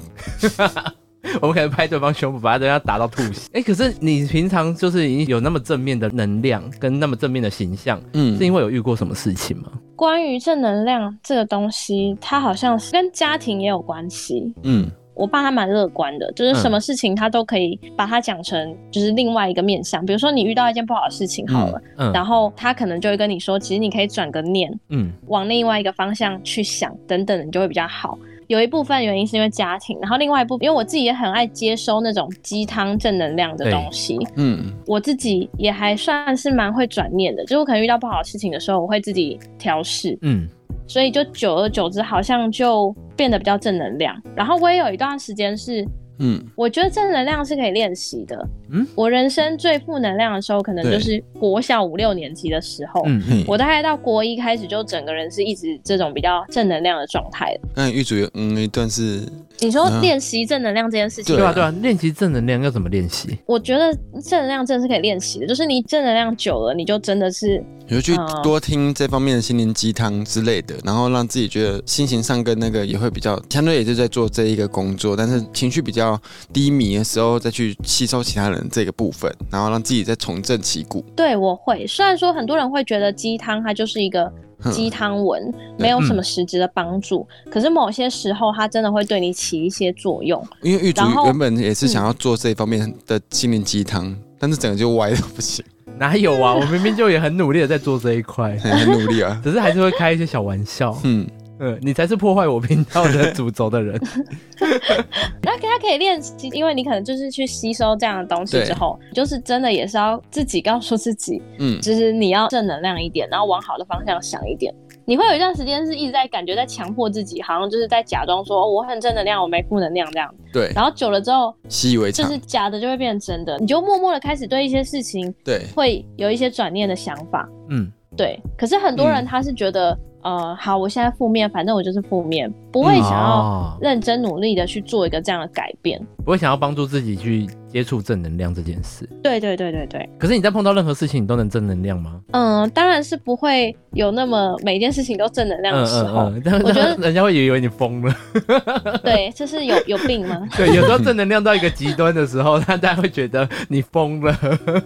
S1: 我们可能拍对方胸部，把对方打到吐血。哎、可是你平常就是已经有那么正面的能量跟那么正面的形象，
S2: 嗯
S1: 是因为有遇过什么事情吗？
S3: 关于正能量这个东西，它好像是跟家庭也有关系。
S2: 嗯，
S3: 我爸他蛮乐观的，就是
S1: 嗯
S3: 什么事情他都可以把它讲成就是另外一个面向。比如说你遇到一件不好的事情好了，
S1: 嗯
S3: 然后他可能就会跟你说，其实你可以转个念，
S1: 嗯，
S3: 往另外一个方向去想，等等，你就会比较好。有一部分原因是因为家庭，然后另外一部分，因为我自己也很爱接收那种鸡汤正能量的东西，
S2: 嗯，
S3: 我自己也还算是蛮会转念的。就是我可能遇到不好的事情的时候，我会自己调试，
S1: 嗯，
S3: 所以就久而久之，好像就变得比较正能量。然后我也有一段时间是，
S2: 嗯，
S3: 我觉得正能量是可以练习的。
S1: 嗯，
S3: 我人生最负能量的时候，可能
S2: 对
S3: 就是国小五六年级的时候。
S1: 嗯
S2: 嘿
S3: 我大概到国一开始，就整个人是一直这种比较正能量的状态了。
S2: 那玉主有嗯一段是
S3: 你说
S2: 嗯
S3: 练习正能量这件事情，
S1: 对
S2: 对
S1: 啊
S2: 啊
S1: 对啊，练习正能量要怎么练习？
S3: 我觉得正能量真的是可以练习的，就是你正能量久了，你就真的是
S2: 你就去
S3: 嗯
S2: 多听这方面的心灵鸡汤之类的，然后让自己觉得心情上跟那个也会比较，相对也是在做这一个工作，但是情绪比较低迷的时候再去吸收其他人这个部分，然后让自己再重振旗鼓。
S3: 对我会。虽然说很多人会觉得鸡汤它就是一个
S2: 哼嗯
S3: 鸡汤文，没有什么实质的帮助，可是某些时候它真的会对你起一些作用。
S2: 因为玉主
S3: 然后
S2: 原本也是想要做这一方面的心灵鸡汤，但是整个就歪到不行，
S1: 哪有 啊？我明明就也很努力的在做这一块，。
S3: 嗯
S2: 很很努力啊
S1: 只是还是会开一些小玩 笑。
S2: 嗯，
S1: 嗯，你才是破坏我频道的主轴的人。
S3: 那它可以练习，因为你可能就是去吸收这样的东西
S2: 对
S3: 之后，就是真的也是要自己告诉自己，
S2: 嗯，
S3: 就是你要正能量一点，然后往好的方向想一点。你会有一段时间是一直在感觉在强迫自己，好像就是在假装说、哦我很正能量，我没负能量这样。
S2: 对，
S3: 然后久了之后，
S2: 习以为
S3: 就
S2: 常
S3: 是。假的就会变成真的，你就默默的开始对一些事情
S2: 对，
S3: 会有一些转念的想法。
S1: 嗯，
S3: 对，可是很多人
S2: 嗯
S3: 他是觉得，呃，好，我现在负面，反正我就是负面，不会想要
S1: 哦
S3: 认真努力的去做一个这样的改变。
S1: 我会想要帮助自己去接触正能量这件事。
S3: 对对对对对，
S1: 可是你在碰到任何事情，你都能正能量吗？
S3: 嗯，当然是不会有那么每件事情都正能量的时候，
S1: 嗯， 但
S3: 哦我觉得
S1: 是人家会以为你疯 了。
S3: 对，这是有有病吗？
S1: 对，有时候正能量到一个极端的时候，那大家会觉得你疯 了。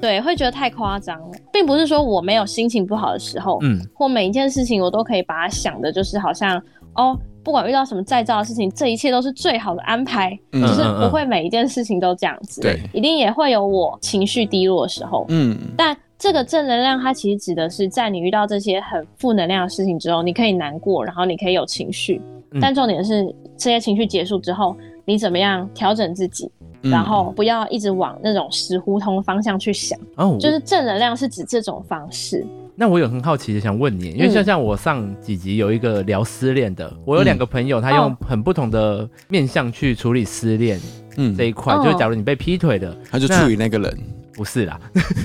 S3: 对，会觉得太夸张了，并不是说我没有心情不好的时候，
S1: 嗯，
S3: 或每一件事情我都可以把它想的，就是好像哦，不管遇到什么再造的事情，这一切都是最好的安排，
S2: 嗯
S3: 就是
S1: 嗯嗯
S3: 不会每一件事情都这样子，
S2: 对
S3: 一定也会有我情绪低落的时候，
S2: 嗯
S3: 但这个正能量它其实指的是在你遇到这些很负能量的事情之后，你可以难过，然后你可以有情绪
S1: 嗯，
S3: 但重点是这些情绪结束之后，你怎么样调整自己，
S2: 嗯
S3: 然后不要一直往那种死胡同方向去想，
S1: 哦，就
S3: 就
S1: 是
S3: 是正能量是指这种方式，
S1: 那我有很好奇的想问你，因为
S3: 嗯
S1: 就像我上几集有一个聊失恋的，我有两个朋友，他用
S3: 哦
S1: 很不同的面向去处理失恋
S2: 嗯
S1: 这，一块。
S3: 哦
S1: 就是假如你被劈腿了，
S2: 他就处理那个人，
S1: 不是啦，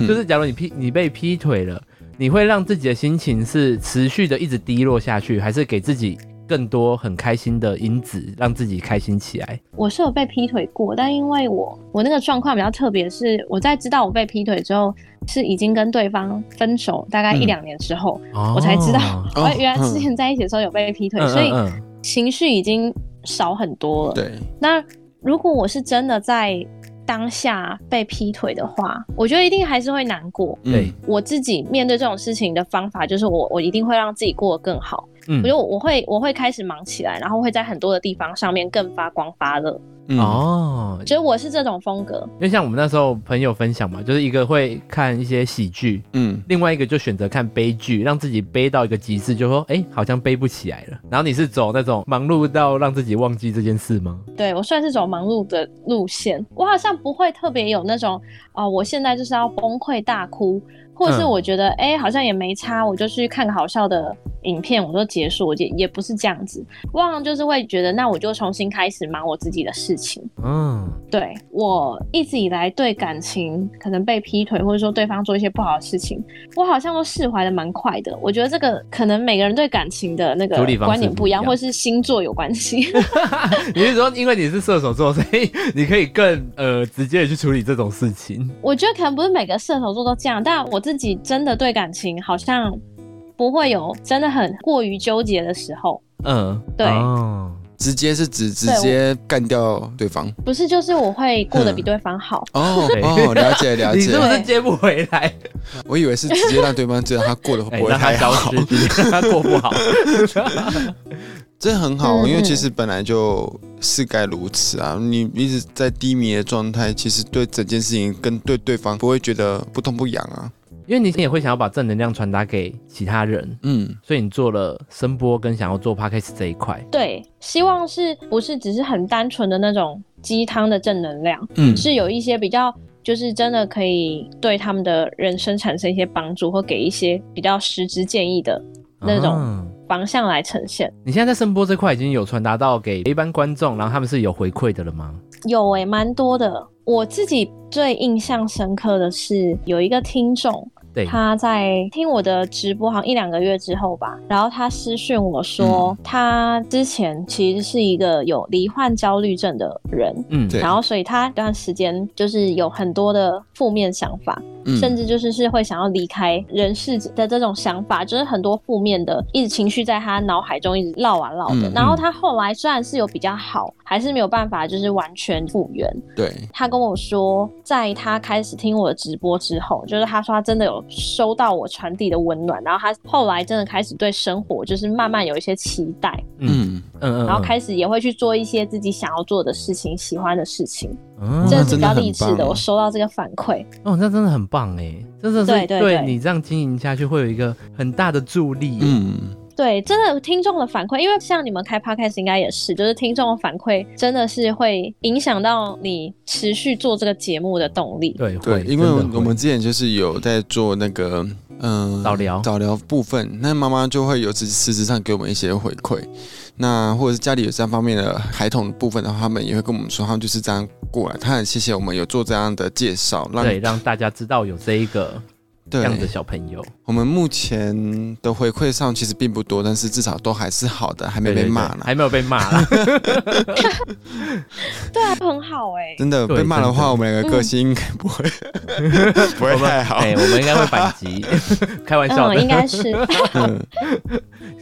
S1: 就是假如你劈你被劈腿了，你会让自己的心情是持续的一直低落下去，还是给自己更多很开心的因子，让自己开心起来？
S3: 我是有被劈腿过，但因为我我那个状况比较特别，是我在知道我被劈腿之后，是已经跟对方分手大概一
S2: 嗯
S3: 两年之后，
S1: 哦
S3: 我才知道，
S2: 哦
S3: 我原来
S2: 嗯
S3: 之前在一起的时候有被劈腿，
S1: 嗯
S3: 所以
S1: 嗯嗯
S3: 情绪已经少很多了。
S2: 对，
S3: 那如果我是真的在当下被劈腿的话，我觉得一定还是会难过。
S2: 嗯
S1: 对，
S3: 我自己面对这种事情的方法就是我，我一定会让自己过得更好。
S1: 嗯
S3: 我觉得我我会我会开始忙起来，然后会在很多的地方上面更发光发热。
S2: 嗯，
S1: 哦，
S3: 觉得我是这种风格，
S1: 因为像我们那时候朋友分享嘛，就是一个会看一些喜剧，
S2: 嗯
S1: 另外一个就选择看悲剧，让自己悲到一个极致，就说哎、诶好像悲不起来了。然后你是走那种忙碌到让自己忘记这件事吗？
S3: 对我算是走忙碌的路线。我好像不会特别有那种啊、我现在就是要崩溃大哭，或者是
S1: 嗯
S3: 我觉得哎、诶好像也没差，我就去看个好笑的影片，我就结束。我也也不是这样子，我好像就是会觉得，那我就重新开始忙我自己的事情。
S1: 嗯，
S3: 对我一直以来对感情可能被劈腿，或者说对方做一些不好的事情，我好像都释怀的蛮快的。我觉得这个可能每个人对感情的那个
S1: 处理方式
S3: 观点不一样，
S1: 不一样
S3: 或是星座有关系。
S1: 你是说因为你是射手座，所以你可以更呃直接的去处理这种事情？
S3: 我觉得可能不是每个射手座都这样，但我自己真的对感情好像不会有真的很过于纠结的时候。
S1: 嗯，
S3: 对
S1: 哦，
S2: 直接是指直
S3: 对我
S2: 接干掉对方。
S3: 不是，就是我会过得比对方好。
S2: 哦
S1: 对
S2: 哦，了解了
S1: 你是不
S2: 解，
S1: 是接不回来？
S2: 我以为是直接让对方知道他过得会
S1: 哎、
S2: 不会
S1: 让他
S2: 太
S1: 消
S2: 好
S1: 失，，让他过不好。
S2: 这很好，
S3: 嗯
S2: 因为其实本来就是该如此啊。你一直在低迷的状态，其实对整件事情跟对对方不会觉得不痛不痒啊。
S1: 因为你也会想要把正能量传达给其他人，
S2: 嗯
S1: 所以你做了声波跟想要做 podcast 这一块。
S3: 对，希望是不是只是很单纯的那种鸡汤的正能量，
S2: 嗯
S3: 是有一些比较。就是真的可以对他们的人生产生一些帮助，或给一些比较实质建议的那种
S1: 啊
S3: 方向来呈现。
S1: 你现在在声波这块已经有传达到给一般观众，然后他们是有回馈的了吗？
S3: 有诶、蛮多的。我自己最印象深刻的是有一个听众，
S1: 对，
S3: 他在听我的直播，好像一两个月之后吧，然后他私讯我
S2: 嗯
S3: 说，他之前其实是一个有罹患焦虑症的人，
S1: 嗯，
S2: 对
S3: 然后所以他一段时间就是有很多的负面想法，
S2: 嗯
S3: 甚至就是是会想要离开人世的这种想法，就是很多负面的，一直情绪在他脑海中一直绕啊绕的。
S2: 嗯嗯
S3: 然后他后来虽然是有比较好，还是没有办法就是完全复原。
S2: 对，
S3: 他跟我说，在他开始听我的直播之后，就是他说他真的有收到我传递的温暖，然后他后来真的开始对生活就是慢慢有一些期待，
S2: 嗯，
S1: 嗯嗯，
S3: 然后
S1: 嗯
S3: 开始也会去做一些自己想要做的事情、喜欢的事情。
S1: 嗯
S3: 这
S2: 那
S3: 是比
S2: 真的
S3: 较
S2: 很
S3: 励志的，
S2: 棒
S3: 我收到这个反馈。
S1: 哦，那真的很棒哎，真的是
S3: 对对对
S1: 你这样经营下去会有一个很大的助力。
S2: 嗯
S3: 对，真的听众的反馈，因为像你们开 podcast 应该也是，就是听众的反馈真的是会影响到你持续做这个节目的动力。
S1: 对
S2: 对
S1: 会，
S2: 因为
S1: 真的
S2: 我
S1: 会
S2: 我们之前就是有在做那个嗯、
S1: 早疗
S2: 早疗部分，那妈妈就会有实实质上给我们一些回馈，那或者是家里有这样方面的孩童部分的话，他们也会跟我们说，他们就是这样过来，他很谢谢我们有做这样的介绍，让
S1: 对让大家知道有这一个这
S2: 对，
S1: 样的小朋友。
S2: 我们目前的回馈上其实并不多，但是至少都还是好的，还没
S1: 对
S2: 被
S1: 对
S2: 骂
S1: 对
S2: 啦。
S1: 还没有被骂 啦。
S3: 对啊，很好哎、
S2: 真的
S1: 对
S2: 被骂的
S1: 真
S2: 话，
S1: 的嗯
S2: 我们两个个性应该不会 不会 太好。
S1: 哎、我们应该会反击， 开玩笑的。
S3: 嗯，应该是
S2: 嗯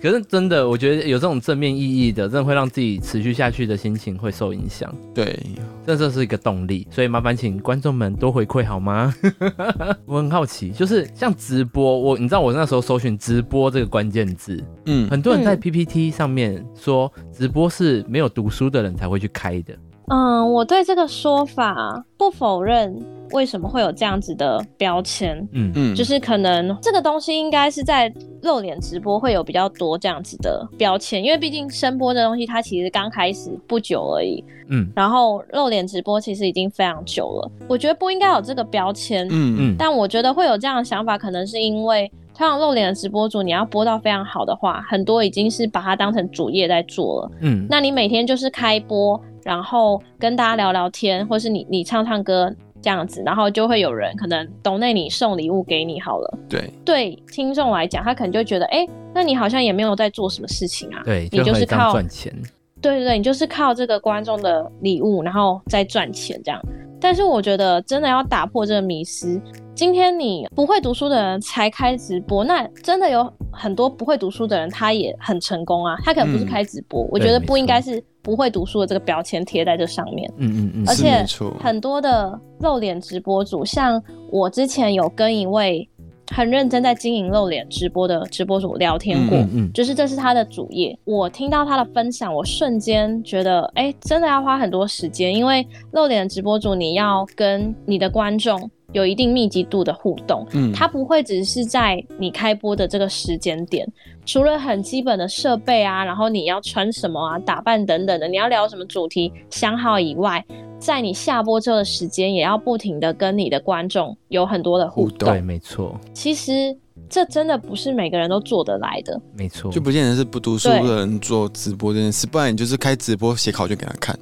S1: 可是真的，我觉得有这种正面意义的，真的会让自己持续下去的心情会受影响，
S2: 对，
S1: 这这是一个动力。所以麻烦请观众们多回馈好吗？ 我很好奇，就是像直播，我你知道我那时候搜寻直播这个关键字，
S2: 嗯，
S1: 很多人在
S3: 嗯
S1: PPT 上面说直播是没有读书的人才会去开的。
S3: 嗯，我对这个说法不否认，为什么会有这样子的标签？
S1: 嗯，
S2: 嗯，
S3: 就是可能这个东西应该是在露脸直播会有比较多这样子的标签，因为毕竟声波这东西它其实刚开始不久而已，
S1: 嗯
S3: 然后露脸直播其实已经非常久了，我觉得不应该有这个标签。
S2: 嗯
S1: 嗯
S3: 但我觉得会有这样的想法，可能是因为通常露脸的直播主，你要播到非常好的话，很多已经是把它当成主业在做了。
S1: 嗯，
S3: 那你每天就是开播，然后跟大家聊聊天，或是你你唱唱歌这样子，然后就会有人可能懂内你送礼物给你好了。
S2: 对，
S3: 对听众来讲，他可能就觉得，哎、那你好像也没有在做什么事情啊。
S1: 对，
S3: 你就
S1: 很
S3: 是
S1: 这样
S3: 靠
S1: 赚钱。
S3: 对对对，你就是靠这个观众的礼物，然后再赚钱这样。但是我觉得真的要打破这个迷思，今天你不会读书的人才开直播，那真的有很多不会读书的人，他也很成功啊。他可能不是
S2: 嗯
S3: 开直播，我
S1: 对
S3: 觉得
S1: 没
S3: 不应
S1: 错
S3: 该是不会读书的这个标签贴在这上面。
S1: 嗯嗯嗯
S3: 而
S2: 是
S3: 且
S2: 没错，
S3: 很多的露脸直播主，像我之前有跟一位很认真在经营露脸直播的直播主聊天过，
S1: 嗯嗯，
S3: 就是这是他的主业。我听到他的分享，我瞬间觉得，哎、真的要花很多时间，因为露脸的直播主，你要跟你的观众有一定密集度的互动，
S2: 嗯，
S3: 它不会只是在你开播的这个时间点，除了很基本的设备啊，然后你要穿什么啊、打扮等等的，你要聊什么主题想好以外，在你下播之后的时间，也要不停的跟你的观众有很多的互
S2: 互
S3: 动。
S1: 对，
S2: 动
S1: 没错，
S3: 其实这真的不是每个人都做得来的。
S1: 没错，？
S2: 就不见得是不读书
S3: 对
S2: 的人做直播这件事，不然你就是开直播写考卷给他看，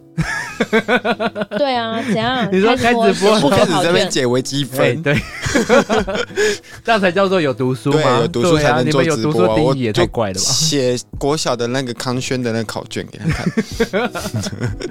S3: 对啊，怎样
S1: 你说开
S3: 开
S1: 直播
S3: 写
S1: 不写
S2: 我开始
S3: 考
S2: 在那边
S3: 卷，
S2: 解微积
S1: 哎，
S2: 分。
S1: 对， 这样才叫做有读书
S2: 对，
S1: 吗？
S2: 有读书
S1: 对
S2: 才
S1: 啊，
S2: 能
S1: 你
S2: 做
S1: 们有
S2: 直
S1: 读
S2: 播
S1: 书
S2: 啊！
S1: 定
S2: 我
S1: 义也太怪了
S2: 就
S1: 吧？
S2: 写国小的那个康轩的那个考卷给他看，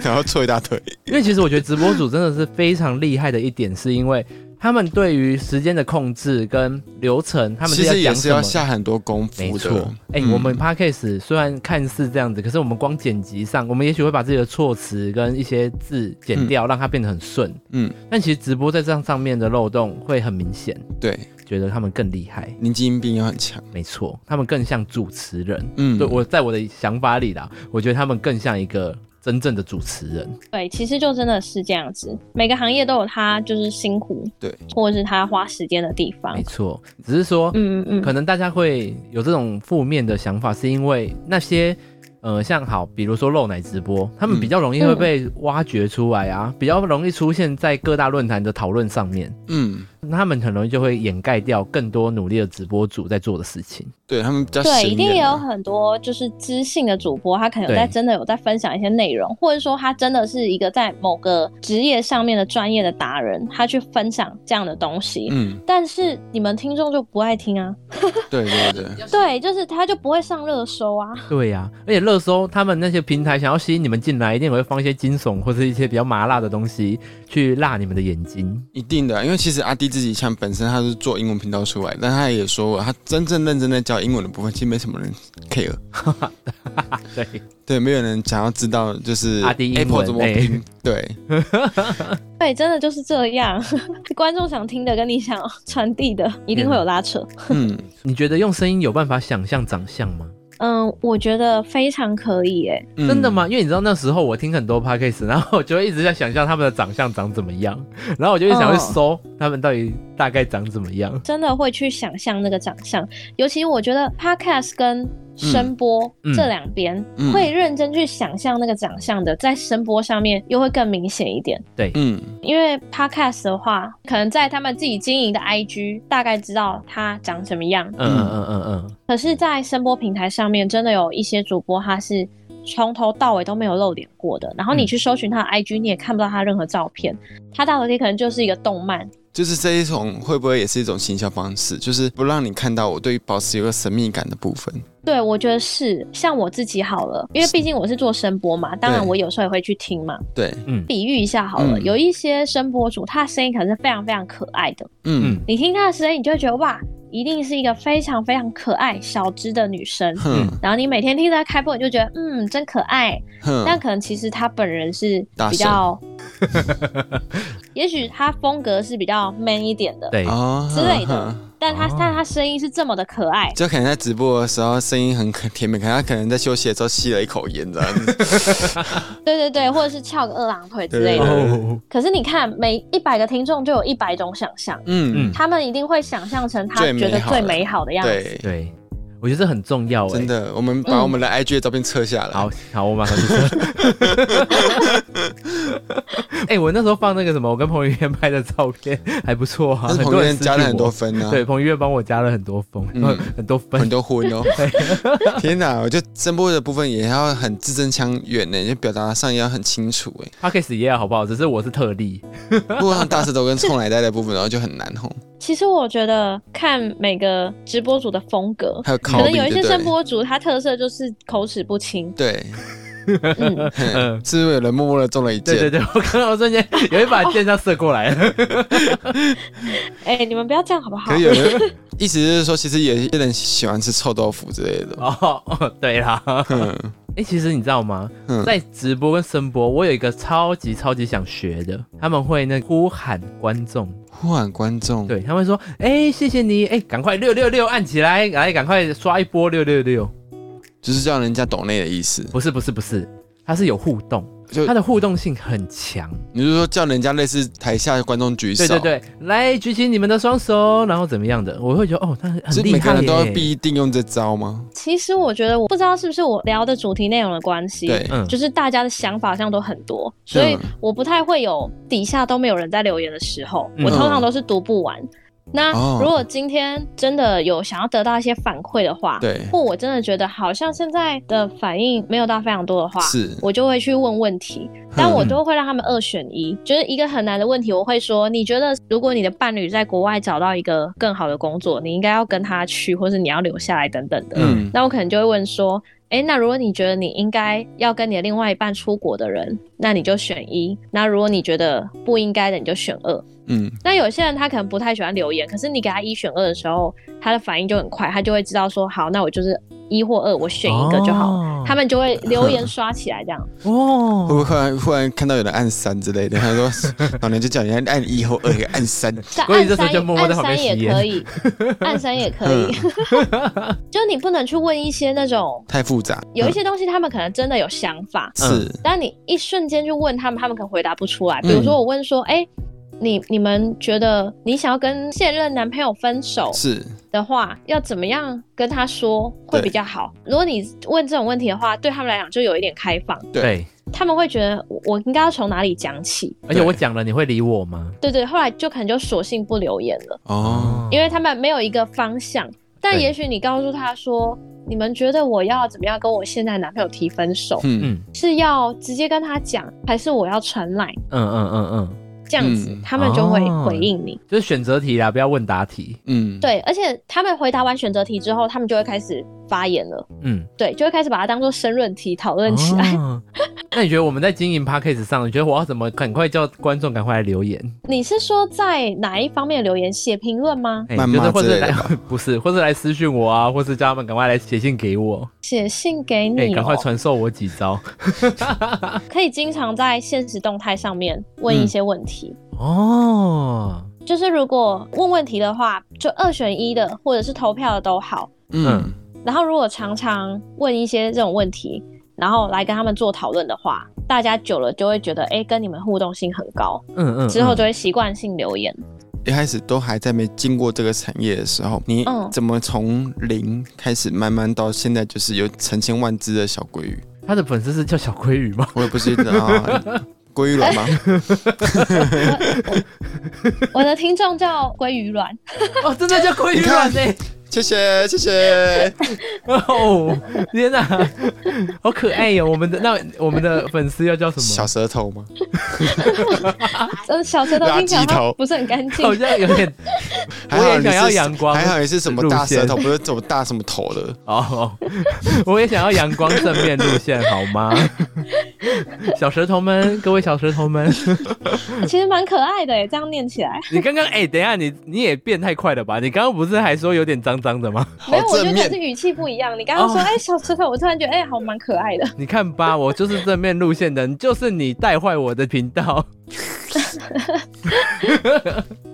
S2: 然后错一大堆。
S1: 因为其实我觉得直播主真的是非常厉害的一点，是因为他们对于时间的控制跟流程，他们
S2: 其实也
S1: 讲
S2: 是
S1: 什么
S2: 要。下很多功
S1: 没
S2: 夫
S1: 错
S2: 的。，
S1: 哎、
S2: 嗯
S1: 我们 podcast 虽然看似这样子，可是我们光剪辑上，我们也许会把自己的措辞跟一些字剪掉，让它变得很顺。
S2: 嗯，
S1: 但其实直播在这样上面的漏洞会很明显，
S2: 对，
S1: 觉得他们更厉害。
S2: 你基因病又很强。
S1: 没错，他们更像主持人。
S2: 嗯，
S1: 对我在我的想法里啦，我觉得他们更像一个真正的主持人。
S3: 对，其实就真的是这样子。每个行业都有它就是辛苦，
S2: 对，
S3: 或者是他花时间的地方
S1: 没。错，只是说，
S3: 嗯嗯
S1: 可能大家会有这种负面的想法，是因为那些。呃，像好，比如说露奶直播，他们
S2: 嗯
S1: 比较容易会被挖掘出来啊，比较容易出现在各大论坛的讨论上面，
S2: 嗯，
S1: 那他们很容易就会掩盖掉更多努力的直播主在做的事情。
S2: 对他们比较
S3: 对，
S2: 显
S3: 一定也
S2: 眼啊
S3: 有很多就是知性的主播，他可能有
S1: 对
S3: 在真的有在分享一些内容，或者说他真的是一个在某个职业上面的专业的达人，他去分享这样的东西。
S2: 嗯，
S3: 但是你们听众就不爱听啊，
S2: 对对对，
S3: 对，就是他就不会上热搜啊，
S1: 对呀、而且热搜他们那些平台想要吸引你们进来，一定会放一些惊悚或是一些比较麻辣的东西去辣你们的眼睛。
S2: 一定的啊，因为其实阿迪自己像本身他是做英文频道出来，但他也说过，他真正认真的教英文的部分，其实没什么人 care。
S1: 对，
S2: 对，没有人想要知道就是
S1: 阿迪英文
S2: Apple 怎么拼
S1: 哎。
S2: 对，
S3: 对，真的就是这样。 观众想听的跟你想传递的一定会有拉扯。
S2: 嗯，
S1: 你觉得用声音有办法想象长相吗？
S3: 嗯，我觉得非常可以诶、
S2: 嗯
S1: 真的吗？？因为你知道那时候我听很多 podcast，然后我就会一直在想象他们的长相长怎么样， 然后我就一直想去搜他们到底大概长怎么样。
S3: 真的会去想象那个长相。尤其我觉得 podcast 跟声波
S1: 嗯
S3: 这两边、
S2: 嗯
S3: 会认真去想象那个长相的，在声波上面又会更明显一点。
S2: 嗯，
S3: 因为 podcast 的话，可能在他们自己经营的 IG 大概知道它长什么样，
S1: 嗯嗯嗯嗯嗯，
S3: 可是，在声波平台上面，真的有一些主播他是从头到尾都没有露脸过的。然后你去搜寻他的 IG，你也看不到他任何照片。他大头贴可能就是一个动漫，
S2: 就是这一种会不会也是一种行销方式？就是不让你看到我对于保持有个神秘感的部分。
S3: 对，我觉得是像我自己好了，因为毕竟我是做声波嘛，当然
S2: 对
S3: 我有时候也会去听嘛。
S2: 对，
S1: 嗯
S3: 比喻一下好了，
S2: 嗯
S3: 有一些声波主，他的声音可能是非常非常可爱的，
S2: 嗯
S3: 你听他的声音，你就会觉得哇，一定是一个非常非常可爱小只的女 生。
S1: 嗯
S2: 哼
S3: 然后你每天听她开播，你就觉得嗯，真可爱。但
S2: 哼，
S3: 可能其实她本人是
S2: 嗯大
S3: 比较， 也许她风格是比较 man 一点的，
S1: 对，
S2: 哦
S3: 之类的
S2: 哼哼
S3: 但她
S1: 哦
S3: 但她声音是这么的可爱。
S2: 就可能在直播的时候声音很可甜美，可能他可能在休息的时候吸了一口烟这样 子。
S3: 对对对，或者是翘个二郎腿之类
S2: 对对
S3: 的。
S2: 对
S1: 哦，
S3: 可是你看，每一百个听众就有一百种想象，
S2: 嗯
S1: 嗯
S3: 他们一定会想象成他
S2: 最美
S3: 觉得
S2: 好
S3: 最
S2: 的
S3: 美好的样子。
S2: 对，
S1: 对，我觉得这很重要哎、嗯
S2: 真的，我们把我们的 IG 的照片撤下来。
S1: 好好，我马上去测。 哎、我那时候放那个什么，我跟彭于晏拍的照片还不错啊，
S2: 但是
S1: 很
S2: 彭于
S1: 多人
S2: 晏加了
S1: 私讯
S2: 很多
S1: 我。
S2: 分呢、
S1: 对，彭于晏帮我加了很多分，
S2: 嗯
S1: 很多分，
S2: 很多婚 哦。 天哪，我觉得声波的部分也要很字正腔圆呢，就表达上也要很清楚哎。
S1: podcast 也有好不好？只是我是特例，
S2: 如果像大舌头跟冲奶带的部分，然后就很难吼。
S3: 其实我觉得看每个直播主的风格，
S2: 还有
S3: 可
S2: 考
S3: 能
S2: 比
S3: 有一些
S2: 对不对。
S3: 声波主他特色就是口齿不 清
S2: 对，哼
S3: 嗯，
S2: 是不是有人默默的中了一
S1: 对对 对，
S2: 箭？
S1: 我刚刚瞬间有一把剑这样射过来 了，
S3: 哎、你们不要这样好不好
S2: 可是？有人 意思就是说，其实有些人喜欢吃臭豆腐之类的。
S1: 哦，哦 对啦，
S2: 嗯
S1: 哎、其实你知道吗？
S2: 嗯
S1: 在直播跟声波，我有一个超级超级想学的，他们会那呼喊观众，
S2: 呼喊观众，
S1: 对，他们会说，哎、谢谢你，哎、赶快六六六按起来，来，赶快刷一波六六六，
S2: 就是叫人家懂内的意思。
S1: 不是不是不是，它是有互动，
S2: 就
S1: 它的互动性很强，
S2: 你是说叫人家类似台下观众举手？
S1: 对对对，来举起你们的双手，然后怎么样的，我会觉得哦，他
S2: 是
S1: 很厉
S2: 每个
S1: 害
S2: 人都要
S1: 耶，
S2: 必定用这招吗？
S3: 其实我觉得我不知道是不是我聊的主题内容的关系，
S2: 对，
S1: 嗯，
S3: 就是大家的想法好像都很多，所
S2: 嗯
S3: 以我不太会有底下都没有人在留言的时候，
S1: 嗯
S3: 我通常都是读不完。那
S2: 哦
S3: 如果今天真的有想要得到一些反馈的话，
S2: 对
S3: 或我真的觉得好像现在的反应没有到非常多的话，
S2: 是
S3: 我就会去问问题， 但
S2: 嗯
S3: 我都会让他们二选一，就是一个很难的问题，我会说，你觉得如果你的伴侣在国外找到一个更好的工作，你应该要跟他去，或是你要留下来等等的。
S2: 嗯
S3: 那我可能就会问说，诶，那如果你觉得你应该要跟你的另外一半出国的人，那你就选一；那如果你觉得不应该的，你就选二。
S2: 嗯，
S3: 那有些人他可能不太喜欢留言，可是你给他一选二的时候，他的反应就很快，他就会知道说，好，那我就是一或二，我选一个就好。
S1: 哦
S3: 他们就会留言刷起来，这样。
S2: 会不
S1: 哦，
S2: 会忽然忽然看到有人按三之类的？他 说老娘就叫人家按一或二，按三。
S3: 但
S1: 所以这时候
S3: 按三
S1: 就默默在
S3: 按
S1: 旁边
S3: 三也
S1: 吸烟嗯
S3: 可以，按三也可以。 就你不能去问一些那种
S2: 太复杂。
S3: 有一些东西，他们可能真的有想法，
S2: 嗯是
S3: 但你一瞬间就问他们，他们可能回答不出
S1: 嗯
S3: 来。比如说我问说，哎、你你们觉得你想要跟现任男朋友分
S1: 嗯
S3: 手
S2: 是，
S3: 的话，要怎么样跟他说会
S2: 对
S3: 比较好？如果你问这种问题的话，对他们来讲就有一点开放，
S1: 对，
S3: 他们会觉得我我应该要从哪里讲起？
S1: 而且我讲了，你会理我吗？
S3: 对对，后来就可能就索性不留言了。
S2: 哦，
S3: 因为他们没有一个方向。但
S1: 对
S3: 也许你告诉他说，你们觉得我要怎么样跟我现在男朋友提分手，
S2: 嗯，
S1: 嗯
S3: 是要直接跟他讲，还是我要传来
S1: 嗯嗯嗯嗯，
S3: 这样子，
S2: 嗯
S3: 他们就会
S1: 哦
S3: 回应你。
S1: 就是选择题啦，不要问答题。
S2: 嗯，
S3: 对，而且他们回答完选择题之后，他们就会开始发言了，
S1: 嗯，
S3: 对，就会开始把它当做申论题哎讨论起来。
S1: 哦 那你觉得我们在经营 podcast 上，你觉得我要怎么赶快叫观众赶快来留言？
S3: 你是说在哪一方面留言写评论吗？
S1: 哎、
S2: 谩骂
S1: 就是或
S2: 之
S1: 者
S2: 类的
S1: 来 不是，或者来私讯我啊，或是叫他们赶快来写信给我，
S3: 写信给
S1: 哎、
S3: 你、
S1: 赶快
S3: 哦，
S1: 传授我几招。
S3: 可以经常在现实动态上面问一
S2: 嗯
S3: 些问题。
S1: 哦，
S3: 就是如果问问题的话，就二选一的，或者是投票的都好。
S2: 嗯，
S3: 然后如果常常问一些这种问题，然后来跟他们做讨论的话，大家久了就会觉得，哎，跟你们互动性很高，
S1: 嗯嗯，
S3: 之后就
S1: 嗯
S3: 会习惯性留言。
S2: 一开始都还在没经过这个产业的时候，你
S3: 嗯
S2: 怎么从零开始，慢慢到现在就是有成千万只的小鲑鱼？
S1: 他的粉丝是叫小鲑鱼吗？
S2: 我也不知道啊， 鲑鱼卵吗？
S3: 我的听众叫鲑鱼卵，
S1: 哦，真的叫鲑
S2: 你
S1: 鱼啊
S2: 看
S1: 卵呢、
S2: 谢谢谢谢，
S1: 哦，天哪，好可爱哟！我们的那我们的粉丝要叫什
S2: 小
S1: 么？
S2: 舌头吗？
S3: 嗯，小舌头听起来
S2: 垃圾头
S3: 它不是很干净
S1: 好，像有点我
S2: 还好
S1: 也
S2: 你是
S1: 想要阳光
S2: 还好你是什么大
S1: 路线
S2: 舌头，不是怎么大什么头的。
S1: 哦，我也想要阳光正面路线，好吗？ 小舌头们，各位小舌头们，
S3: 其实蛮可爱的诶，这样念起来。
S1: 你刚刚哎，等一下你你也变太快了吧？你刚刚不是还说有点脏脏的吗？
S3: 没有，
S2: 好
S3: 我
S2: 正
S3: 觉
S2: 面
S3: 得是语气不一样。你刚刚说
S1: 哦
S3: 哎、小舌头，我突然觉得哎、好蛮可爱的。
S1: 你看吧，我就是正面路线的，你就是你带坏我的频道。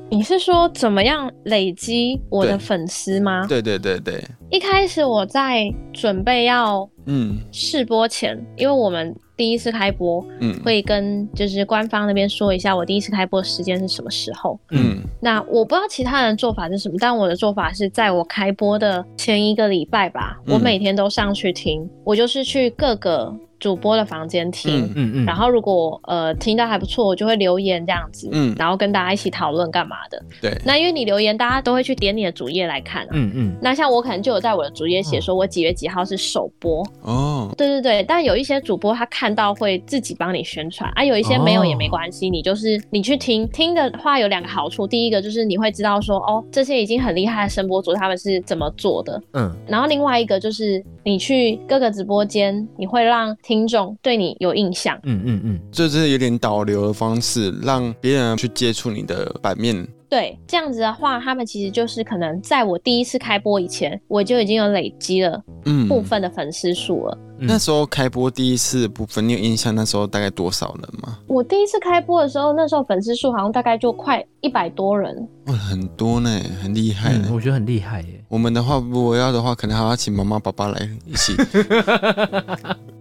S3: 你是说怎么样累积我的
S2: 对
S3: 粉丝吗？
S2: 对对对对，
S3: 一开始我在准备要
S2: 嗯
S3: 试播前，因为我们第一次开播
S2: 嗯
S3: 会跟就是官方那边说一下，我第一次开播时间是什么时候。
S2: 嗯
S3: 那我不知道其他人的做法是什么，但我的做法是在我开播的前一个礼拜吧，
S2: 嗯
S3: 我每天都上去听，我就是去各个主播的房间听。
S2: 嗯
S1: 嗯嗯，
S3: 然后如果呃听到还不错，我就会留言这样子，
S2: 嗯
S3: 然后跟大家一起讨论干嘛的。
S2: 对，
S3: 那因为你留言，大家都会去点你的主页来看啊。
S1: 嗯嗯
S3: 那像我可能就有在我的主页写说，我几月几号是首播，
S2: 哦
S3: 对对对。但有一些主播他看到会自己帮你宣传啊，有一些没有
S1: 哦
S3: 也没关系，你就是你去听听的话有两个好处，第一个就是你会知道说哦，这些已经很厉害的声波主他们是怎么做的，
S1: 嗯，
S3: 然后另外一个就是你去各个直播间，你会让听众对你有印象。
S1: 嗯嗯嗯，
S2: 就是有点导流的方式，让别人去接触你的版面。
S3: 对，这样子的话，他们其实就是可能在我第一次开播以前，我就已经有累积了
S2: 嗯，
S3: 部分的粉丝数了。
S1: 嗯
S2: 那时候开播第一次的部分，你有印象那时候大概多少人吗？
S3: 我第一次开播的时候，那时候粉丝数好像大概就快一百 多人。
S2: 哇，很多呢，很厉害呢。
S1: 嗯我觉得很厉害耶。
S2: 我们的话，如果要的话，可能还要请妈妈、爸爸来一 起。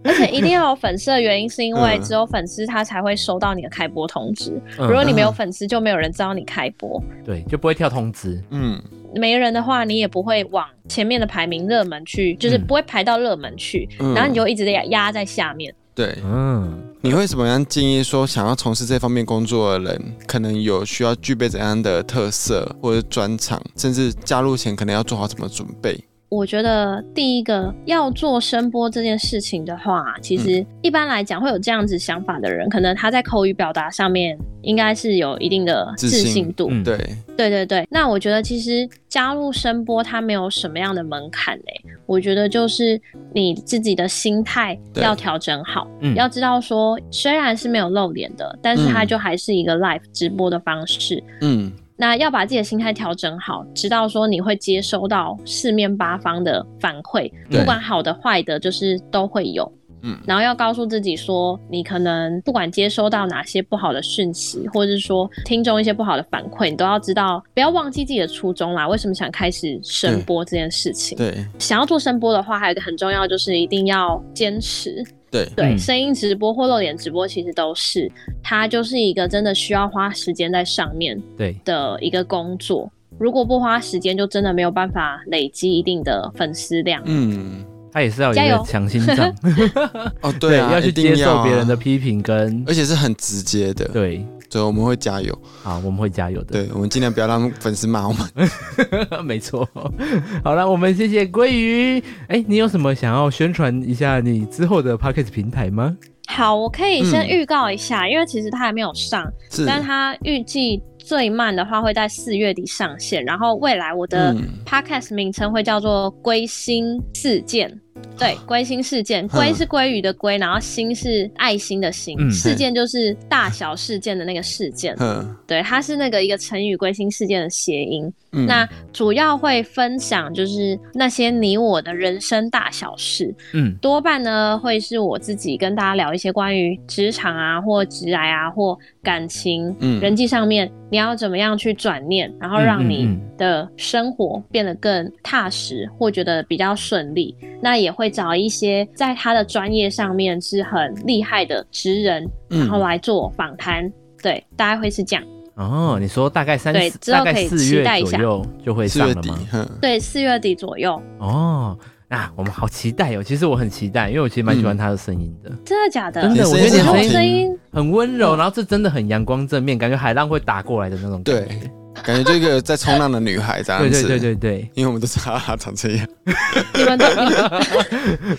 S3: 而且一定要有粉丝的原因，是因为
S2: 嗯
S3: 只有粉丝他才会收到你的开播通知。
S1: 嗯
S3: 如果你没有
S2: 嗯
S3: 粉丝，就没有人知道你开播。
S1: 对，就不会跳通知。
S2: 嗯，
S3: 没人的话，你也不会往前面的排名热门去，就是
S1: 嗯
S3: 不会排到热门去，
S2: 嗯
S3: 然后你就一直压压在下面。
S2: 对。
S1: 嗯，
S2: 你会怎么样建议说想要从事这方面工作的人，可能有需要具备怎样的特色或者专长，甚至加入前可能要做好什么准备？
S3: 我觉得第一个要做声波这件事情的话，其
S2: 嗯
S3: 实一般来讲会有这样子想法的人，可能他在口语表达上面应该是有一定的
S2: 自
S3: 自
S2: 信
S3: 信度。
S1: 嗯
S2: 对，
S3: 对对对，那我觉得其实加入声波它没有什么样的门槛诶、我觉得就是你自己的心态
S2: 对
S3: 要调整好，
S1: 嗯
S3: 要知道说虽然是没有露脸的，但是它
S2: 嗯
S3: 就还是一个 live 直播的方式。
S2: 嗯，
S3: 那要把自己的心态调整好，直到说你会接收到四面八方的反馈，
S2: 对
S3: 不管好的坏的，就是都会有。
S2: 嗯
S3: 然后要告诉自己说，你可能不管接收到哪些不好的讯息，或者是说听众一些不好的反馈，你都要知道，不要忘记自己的初衷啦。为什么想开始声波这件事情？
S2: 对
S3: 想要做声波的话，还有一个很重要就是一定要坚持。
S2: 对，
S3: 对，
S1: 嗯
S3: 声音直播或露脸直播其实都是，它就是一个真的需要花时间在上面，
S1: 对，
S3: 的一个工作。如果不花时间，就真的没有办法累积一定的粉丝量。
S2: 嗯，
S1: 他也是要有
S3: 加
S1: 一
S3: 油
S1: 个强心脏，
S2: 哦，对啊，
S1: 要
S2: 一
S1: 去
S2: 定
S1: 接
S2: 要
S1: 受
S2: 啊哎
S1: 别人的，批评跟
S2: 而且是很直接的，
S1: 对。
S2: 所以我们会加油。
S1: 好，我们会加油的。
S2: 对，我们尽量不要让粉丝骂我们。
S1: 没错。 好了，我们谢谢鲑鱼。哎、你有什么想要宣传一下你之后的 p o c k e t 平台吗？
S3: 好，我可以
S2: 嗯
S3: 先预告一下，因为其实它还没有上，
S2: 是，
S3: 但它预计最慢的话会在四月底上线。然后未来我的
S2: 嗯
S3: podcast 名称会叫做“归心事件”。对，归心事件，归是鲑鱼的归，然后心是爱心的心，
S1: 嗯
S3: 事件就是大小事件的那个事件。
S2: 嗯
S3: 对，它是那个一个成语“归心事件”的谐音。
S2: 嗯，
S3: 那主要会分享就是那些你我的人生大小事，
S1: 嗯
S3: 多半呢会是我自己跟大家聊一些关于职场啊，或职涯啊，或感情、
S2: 嗯
S3: 人际上面，你要怎么样去转念，然后
S1: 嗯
S3: 让你
S1: 嗯
S3: 的生活变得更踏实，或觉得比较顺利。那也会找一些在他的专业上面是很厉害的职人，然后
S2: 嗯
S3: 来做访谈。对，大概会是这样。
S1: 哦，你说大概三
S3: 对
S1: 四
S3: 之后
S1: 大概
S3: 可以
S1: 四
S3: 期
S1: 月
S3: 待一
S1: 左
S3: 下
S1: 右就会
S2: 四
S1: 上
S2: 月
S1: 了
S2: 底
S1: 吗？，
S2: 哼，
S3: 对，四月底左右。
S1: 哦，啊，我们好期待哦！其实我很期待，因为我其实蛮喜欢他的声音
S2: 嗯
S1: 的，
S3: 真的假的？
S1: 真的
S2: 你
S1: 我觉得
S2: 声音
S1: 你
S2: 好
S1: 的
S2: 听
S1: 声
S3: 声音
S1: 很温柔，然后这真的很阳光正面，感觉海浪会打过来的那种感觉。
S2: 感觉就一个在冲浪的女孩这样
S1: 对
S2: 子。
S1: 对对对对，
S2: 因为我们都是哈哈长这样，
S3: 你们都 你们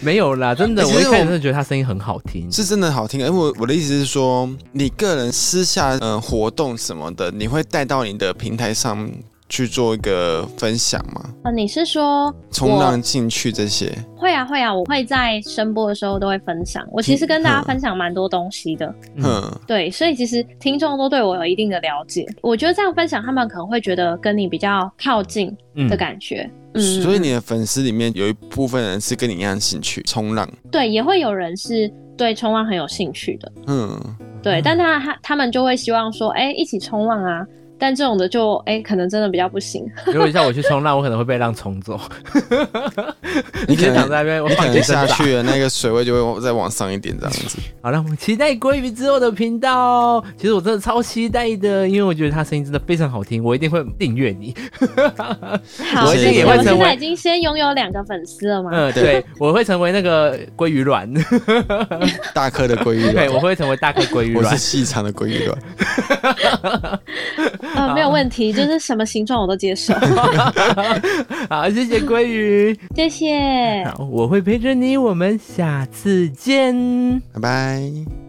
S1: 没有啦，真的，
S2: 欸其
S1: 我一
S2: 实
S1: 开始
S2: 我
S1: 真的觉得他声音很好听，
S2: 是真的好听。而我我的意思是说，你个人私下呃活动什么的，你会带到你的平台上去做一个分享吗？
S3: 啊，你是说
S2: 冲浪进去这些，
S3: 会啊会啊，我会在声波的时候都会分享。我其实跟大家
S2: 嗯
S3: 分享蛮多东西的，
S1: 嗯，
S2: 嗯，
S3: 对，所以其实听众都对我有一定的了解。我觉得这样分享，他们可能会觉得跟你比较靠近
S1: 嗯
S3: 的感觉。嗯，
S2: 所以你的粉丝里面有一部分人是跟你一样兴趣冲浪，
S3: 对也会有人是对冲浪很有兴趣的，
S2: 嗯，
S3: 对，
S1: 嗯
S3: 但他他他们就会希望说，哎、一起冲浪啊。但这种的就哎、可能真的比较不行。
S1: 如果叫我去冲浪，我可能会被浪冲 走。你
S2: 可
S1: 先躺
S2: 能
S1: 在那边，我
S2: 你可
S1: 放你
S2: 能
S1: 身
S2: 下
S1: 上。
S2: 去了，那个水位就会往再往上一点这样子。
S1: 好了，我们期待鲑鱼之后的频道哦。其实我真的超期待的，因为我觉得他声音真的非常好听，我一定会订阅 你。
S3: 好，
S2: 我一定
S3: 谢谢。
S2: 也
S3: 我
S2: 会
S3: 们现
S1: 成为
S3: 在已经先拥有两个粉丝了嘛？
S1: 嗯，对，我会成为那个鲑鱼 卵，
S2: 大颗的鲑 鱼
S1: 对，我
S2: 卵，
S1: 会成为大颗鲑鱼
S2: 我
S1: 卵
S2: 是。细长的鲑鱼卵。
S3: 呃，没有问题，就是什么形状我都接受。
S1: 好，谢谢鲑鱼，
S3: 谢谢。
S1: 好，我会陪着你，我们下次见。
S2: 拜拜。